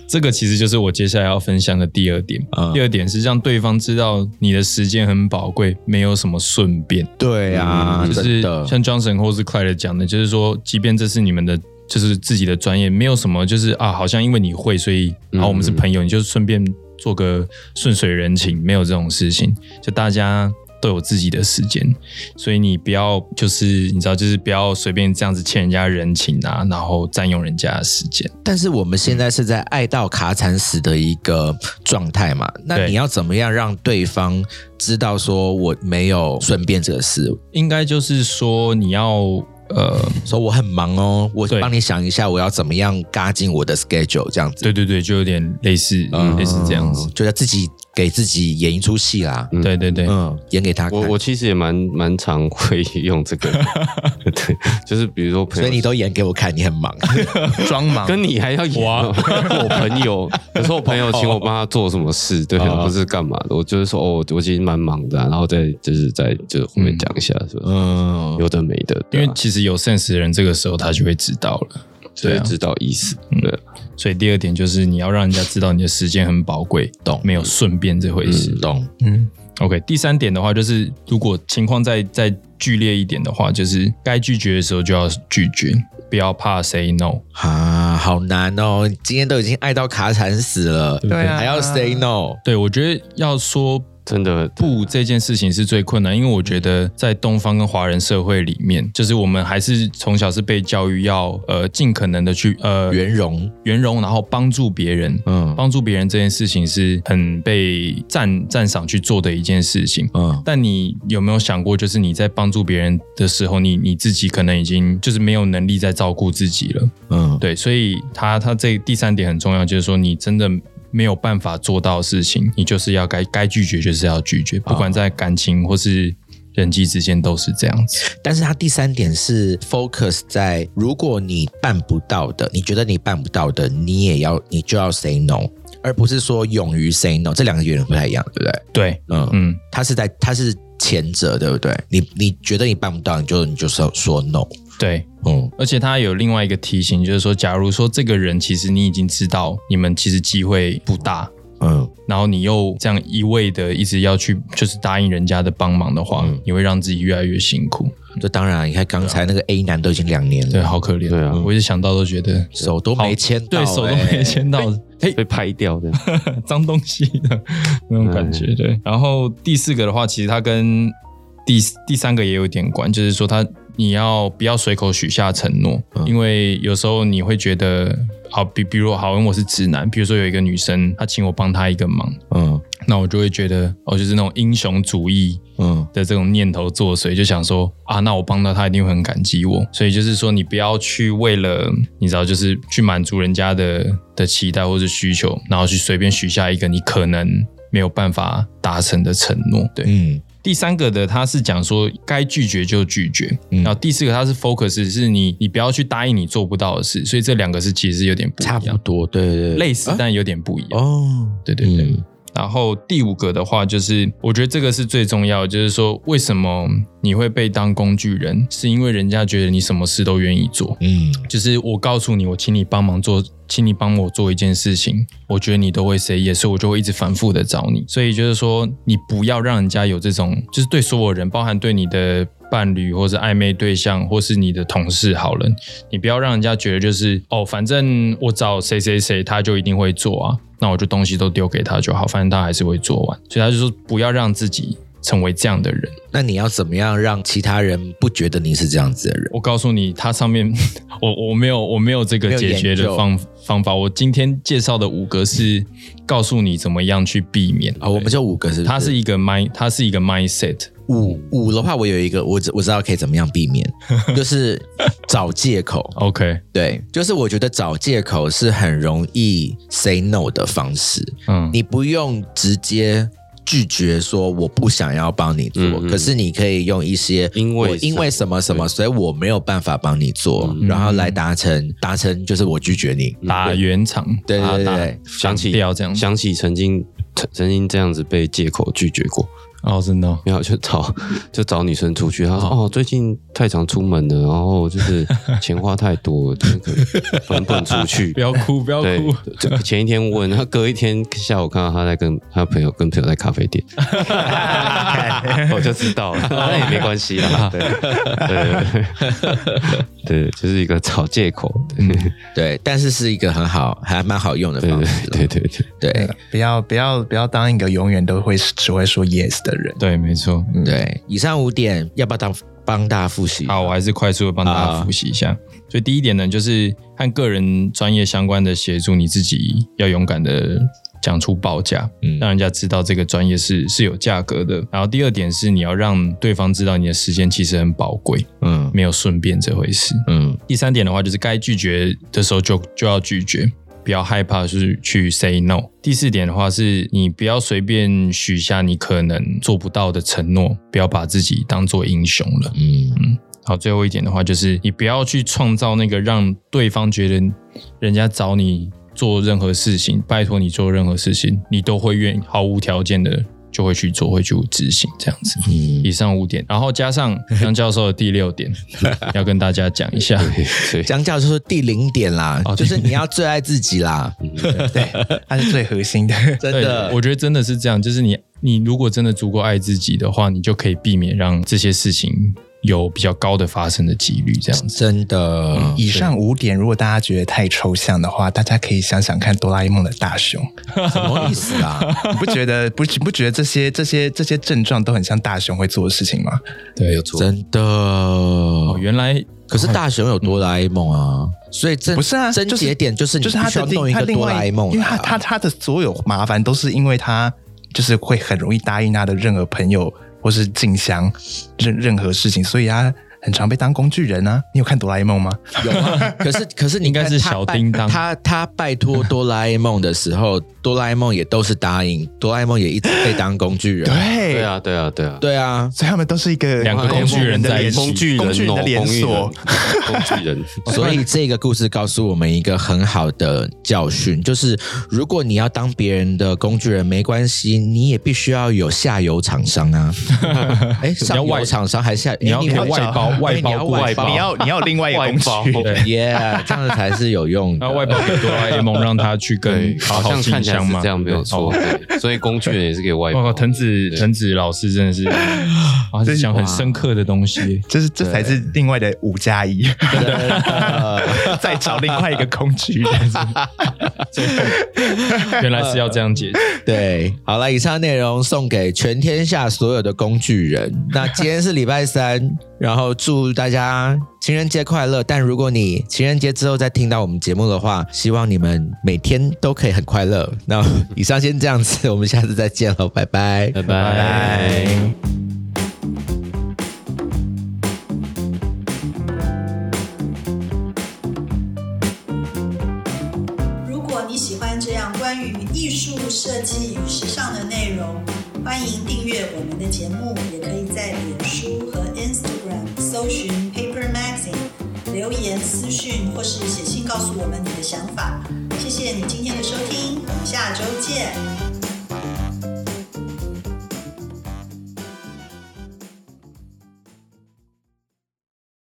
D: 这个其实就是我接下来要分享的第二点。
B: 嗯
D: 第二点是让对方知道你的时间很宝贵，没有什么顺便。
B: 对啊，
D: 就
B: 真
D: 是
B: 的。
D: 像 Johnson 或是 Clyde 讲的，就是说，即便这是你们的，就是自己的专业，没有什么就是啊，好像因为你会，所以
B: 嗯
D: 然后我们是朋友，你就顺便做个顺水人情，没有这种事情，就大家。都有自己的时间，所以你不要就是你知道，就是不要随便这样子欠人家人情啊，然后占用人家的时间。
B: 但是我们现在是在爱到卡惨死的一个状态嘛？那
D: 对
B: 你要怎么样让对方知道说我没有顺便这个事？
D: 应该就是说你要呃，
B: 说我很忙哦，我
D: 对
B: 帮你想一下，我要怎么样嘎进我的 schedule 这样子？
D: 对对对，就有点类似、
B: 嗯，
D: 类似这样子。，
B: 就要自己给自己演一出戏啦。
C: 嗯
D: 对对对，
B: 嗯，演给他看
C: 我。我其实也蛮 [LAUGHS] 蛮常会用这个， [LAUGHS] 对，就是比如说朋
B: 所
C: 友
B: 以你都演给我看，你很忙。
A: 装忙
C: 跟你还要演
D: 哇
C: 哦？我朋
D: [LAUGHS]
C: 友有时候我朋友请我帮他做什么事，对，
B: 哦
C: 不是干嘛的，我就是说哦，我今天蛮忙的啊、然后再就是在就是后面讲一下，是吧？
B: 嗯，
C: 有的没的，
D: 因
C: 对啊
D: 为其实有 sense 的人，这个时候他就会知道了。
C: 所
D: 对
C: 以
D: 啊
C: 知道意思，对啊，
D: 所以第二点就是你要让人家知道你的时间很宝贵，
B: 懂
D: 没有顺便这回事。
B: 懂。
A: 嗯，
D: OK，第三点的话就是，如果情况再再剧烈一点的话，就是该拒绝的时候就要拒绝，不要怕 say no。
B: 啊，好难哦！今天都已经爱到卡惨死了，
D: 对
A: 啊
B: 还要 say no。
D: 对，我觉得要说
C: 真的
D: 不这件事情是最困难，因为我觉得在东方跟华人社会里面，就是我们还是从小是被教育要呃尽可能的去呃
B: 圆融，
D: 圆融，然后帮助别人。
B: 嗯
D: 帮助别人这件事情是很被赞赞赏去做的一件事情，
B: 嗯，
D: 但你有没有想过，就是你在帮助别人的时候，你你自己可能已经就是没有能力在照顾自己了。
B: 嗯，
D: 对，所以他他这第三点很重要，就是说你真的没有办法做到的事情，你就是要该该拒绝就是要拒绝，
B: 啊
D: 不管在感情或是人际之间都是这样子。
B: 但是他第三点是 focus 在，如果你办不到的，你觉得你办不到的，你也要你就要 say no，而不是说勇于 say no，这两个有点不太一样，对不对？
D: 对，
B: 嗯，
D: 嗯，
B: 他是在他是前者，对不对？你你觉得你办不到，你就你就说说 no，
D: 对。
B: 嗯
D: 而且他有另外一个提醒，就是说，假如说这个人其实你已经知道你们其实机会不大，
B: 嗯，
D: 然后你又这样一味的一直要去就是答应人家的帮忙的话，
B: 嗯
D: 你会让自己越来越辛苦。
B: 这当然，你看刚才那个 A 男都已经两年
D: 啊对，
B: 了，
D: 好可怜。
C: 对啊欸
D: 我一直想到都觉得
B: 手都没牵到、欸
D: 对手都没牵到，嘿，
C: 被拍
D: [LAUGHS]
C: 掉的，
D: 脏东西的那种感觉。对，然后第四个的话，其实它跟第第三个也有点关，就是说它你要不要随口许下承诺，
B: 嗯
D: 因为有时候你会觉得，好，比比如好，因为我是直男，比如说有一个女生她请我帮她一个忙，
B: 哎，嗯
D: 那我就会觉得，哦，就是那种英雄主义，
B: 嗯
D: 的这种念头作祟，就想说啊，那我帮到他一定会很感激我。所以就是说，你不要去为了你知道，就是去满足人家的的期待或者需求，然后去随便许下一个你可能没有办法达成的承诺。对，
B: 嗯
D: 第三个的他是讲说该拒绝就拒绝，
B: 嗯
D: 然后第四个他是 focus 是你你不要去答应你做不到的事，所以这两个是其实是有点不一
B: 差不
D: 样，
B: 多，对对对，
D: 类似但有点不一样。
B: 哦，
D: 对对对。
B: 嗯
D: 然后第五个的话，就是我觉得这个是最重要的，就是说为什么你会被当工具人，是因为人家觉得你什么事都愿意做。
B: 嗯
D: 就是我告诉你，我请你帮忙做，请你帮我做一件事情，我觉得你都会 say yes，所以我就会一直反复的找你。所以就是说，你不要让人家有这种，就是对所有人，包含对你的伴侣或是暧昧对象，或是你的同事好了，你不要让人家觉得就是哦，反正我找谁谁谁，他就一定会做啊，那我就东西都丢给他就好，反正他还是会做完。所以他就说，不要让自己成为这样的人。
B: 那你要怎么样让其他人不觉得你是这样子的人？
D: 我告诉你，它上面 [LAUGHS] 我我没有我没有这
B: 没
D: 个
B: 有
D: 解决
B: 研
D: 的
B: 究
D: 方方法。我今天介绍的五个是告诉你怎么样去避免。
B: 啊、我们就五个是不
D: 它是一个 mind，它是一个 mindset。
B: 五五的话，我有一个，我知我知道可以怎么样避
C: [LAUGHS]
B: 免，就是找借口。
D: OK，
B: 对，就是我觉得找借口是很容易 say no 的方式，
D: 嗯，
B: 你不用直接拒绝说我不想要帮你做，
C: 嗯嗯
B: 可是你可以用一些
C: 因为
B: 我因为什么什么，所以我没有办法帮你做，
C: 嗯
B: 然后来达成达成就是我拒绝你。
D: 打圆场，
B: 对
D: 打
C: 啊
B: 对对
D: 打
B: 对
C: 想起
D: 掉这样子。
C: 想起曾经曾曾经这样子被借口拒绝过，
D: 哦，真的哦
C: 没有就找就找女生出去，她说哦最近太常出门了，然后就是钱花太多了，那个不能不能出去
D: 不。要哭，不要
C: 对
D: 哭。，
C: 就前一天问，然后隔一天下午看到她在跟她朋友跟朋友在咖啡店，
A: 嗯
C: 我就知道了，那也没关系啦。对对对，对，就是一个找借口。对
B: 对，但是是一个很好，还蛮好用的
C: 对
B: 方式。
C: 对对对对，
B: 对对
A: 不要不要不要当一个永远都会只会说 yes 的人。
D: 对，没错。
B: 对，以上五点要不要当帮大家复习？
D: 好，我还是快速的帮大家复习一下。所以第一点呢，就是和个人专业相关的协助，你自己要勇敢的讲出报价，
B: 嗯
D: 让人家知道这个专业是是有价格的。然后第二点是，你要让对方知道你的时间其实很宝贵，
B: 嗯
D: 没有顺便这回事。
B: 嗯
D: 第三点的话，就是该拒绝的时候就就要拒绝，不要害怕就是去 say no。第四点的话是，你不要随便许下你可能做不到的承诺，不要把自己当做英雄了。
B: 嗯
D: 好，最后一点的话就是，你不要去创造那个让对方觉得人家找你做任何事情，拜托你做任何事情，你都会愿毫无条件的就会去做，会去执行这样子。
B: 嗯，
D: 以上五点，然后加上杨教授的第
B: [LAUGHS]
D: 六点，要跟大家讲一下。
C: 所以
B: 江教授说第零点啦，
D: 哦
B: 就是你要
A: [LAUGHS]
B: 最爱自己啦，
A: 嗯对，它是最核心的。
B: 真
D: 对，
B: 的。
D: 我觉得真的是这样，就是你你如果真的足够爱自己的话，你就可以避免让这些事情有比较高的发生的几率。这样子，
B: 真的，
A: 以上五点，如果大家觉得太抽象的话，大家可以想想看哆啦 A 梦的大雄，
B: [LAUGHS] 什么意思
A: [LAUGHS]
B: 啊？
A: 你不觉得不不觉得这些这些这些症状都很像大雄会做的事情
B: [LAUGHS]
A: 吗？
D: 对，有错
B: 真的。
D: 哦，原来
B: 可是大雄有哆啦 A 梦啊，所以真
A: 不是啊，
B: 症
A: 就是
B: 结点就是你
A: 就是他
B: 必须
A: 的
B: 要弄
A: 另
B: 一
A: 他
B: 个
A: 另
B: 哆啦
A: 外
B: A 梦来啊，
A: 因为他他他的所有麻烦都是因为他就是会很容易答应他的任何朋友或是静香任任何事情，所以他很常被当工具人啊。你有看哆啦 A 梦吗？
B: 有
A: [LAUGHS]
B: 啊，可是可是你
D: 应该
B: 看
D: 是
B: 他
D: 小
B: 拜
D: 叮当
B: 他他拜托哆啦 A 梦的时候，哆啦 A 梦也都是答应，哆啦 A 梦也一直被当工具人。
A: [LAUGHS] 对
C: 对，啊，对啊，对啊。啊
B: 对啊，
A: 所以他们都是一个
D: 两个
A: 工
D: 工具人
A: 的
D: 在一
A: 连
D: 起
A: 工
C: 工具
A: 具
C: 人哦，哦
A: 工具人的连锁。
C: 工具人，
B: [LAUGHS] 所以这个故事告诉我们一个很好的教训，就是如果你要当别人的工具人，没关系，你也必须要有下游厂商
D: [LAUGHS]
B: 啊。哎，上
D: 你要
B: 游
D: 外
B: 厂商还是下？
D: 你要
B: 哎
D: 外 [LAUGHS] 包
A: [LAUGHS]
B: 哎
D: 外包
B: 你要
D: 雇
B: 外包，
A: 你要你要另外一个工具人，
D: [LAUGHS] 对
B: 耶这样才是有用
D: [LAUGHS]
B: 的。
D: 那啊外包给哆啦 A 梦，让他去跟
C: 对，好像
D: 静
C: 看起来
D: 香
C: 是
D: 嘛，
C: 这样没有错。
D: 哦
C: 对，所以工具人也是可
D: [LAUGHS]
C: 以外
D: 哇，
C: 包。
D: 藤子
C: 对
D: 藤子老师真的
C: [LAUGHS]
D: 是，啊，是讲很深刻的东西。
A: 这是这才是另外的五加一，
B: 真的
A: 再找另外一个工具人。
D: 原来是要这样解决。
B: 对，好了，以上内容送给全天下所有的工具人。那今天是礼拜三，然后祝大家情人节快乐。但如果你情人节之后再听到我们节目的话，希望你们每天都可以很快乐。那以上先这样子，我们下次再见喽，拜拜。
C: 拜拜。
E: 如果你喜欢这样关于艺术设计与时尚的内容，欢迎订阅我们的节目，也可以在脸书和 Instagram 搜寻 Paper Magazine，留言私讯或是写信告诉我们你的想法。谢谢你今天的收听，我们下周见。